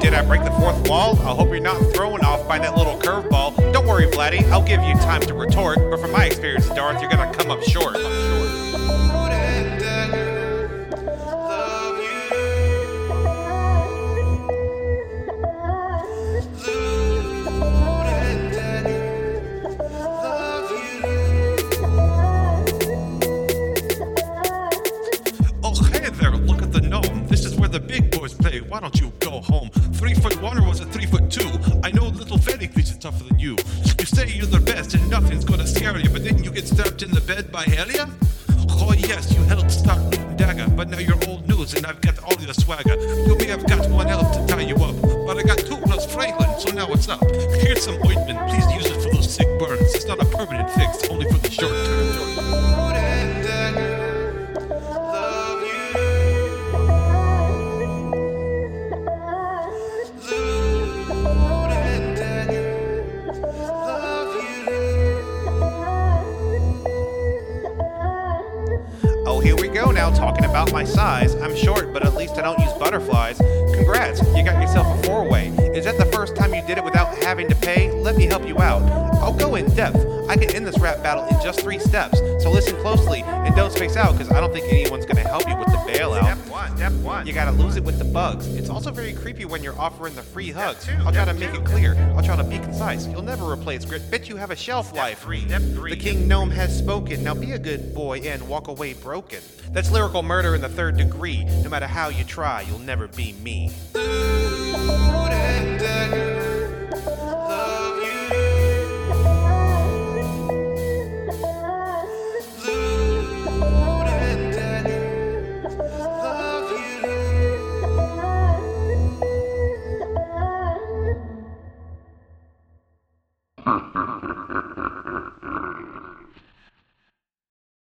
Did I break the fourth wall? I hope you're not thrown off by that little curveball. Don't worry, Vladdy, I'll give you time to retort, but from my experience, Darth, you're gonna come up short. Love you. Oh, tougher than you. You say you're the best and nothing's gonna scare you, but then you get stabbed in the bed by Helia? Oh yes, you helped stop Newton Dagger, but now you're old news and I've got all your swagger. You may have got one elf to tie you up, but I got two plus Franklin, so now what's up? Here's some ointment, please use it for those sick burns. It's not a permanent fix, only for the short term. Oh, here we go now, talking about my size. I'm short, but at least I don't use butterflies. Congrats, you got yourself a four way. Is that the first time you did it without having to pay? Let me help you out. I'll go in depth. I can end this rap battle in just three steps. So listen closely and don't space out because I don't think anyone's going to help you with the bailout. Step one, step one. You gotta lose it with the bugs. It's also very creepy when you're offering the free hugs. i I'll try to make it clear. I'll try to be concise. You'll never replace grit. Bet you have a shelf life. The king gnome has spoken. Now be a good boy and walk away broken. That's lyrical murder in the third degree. No matter how you try, you'll never be me.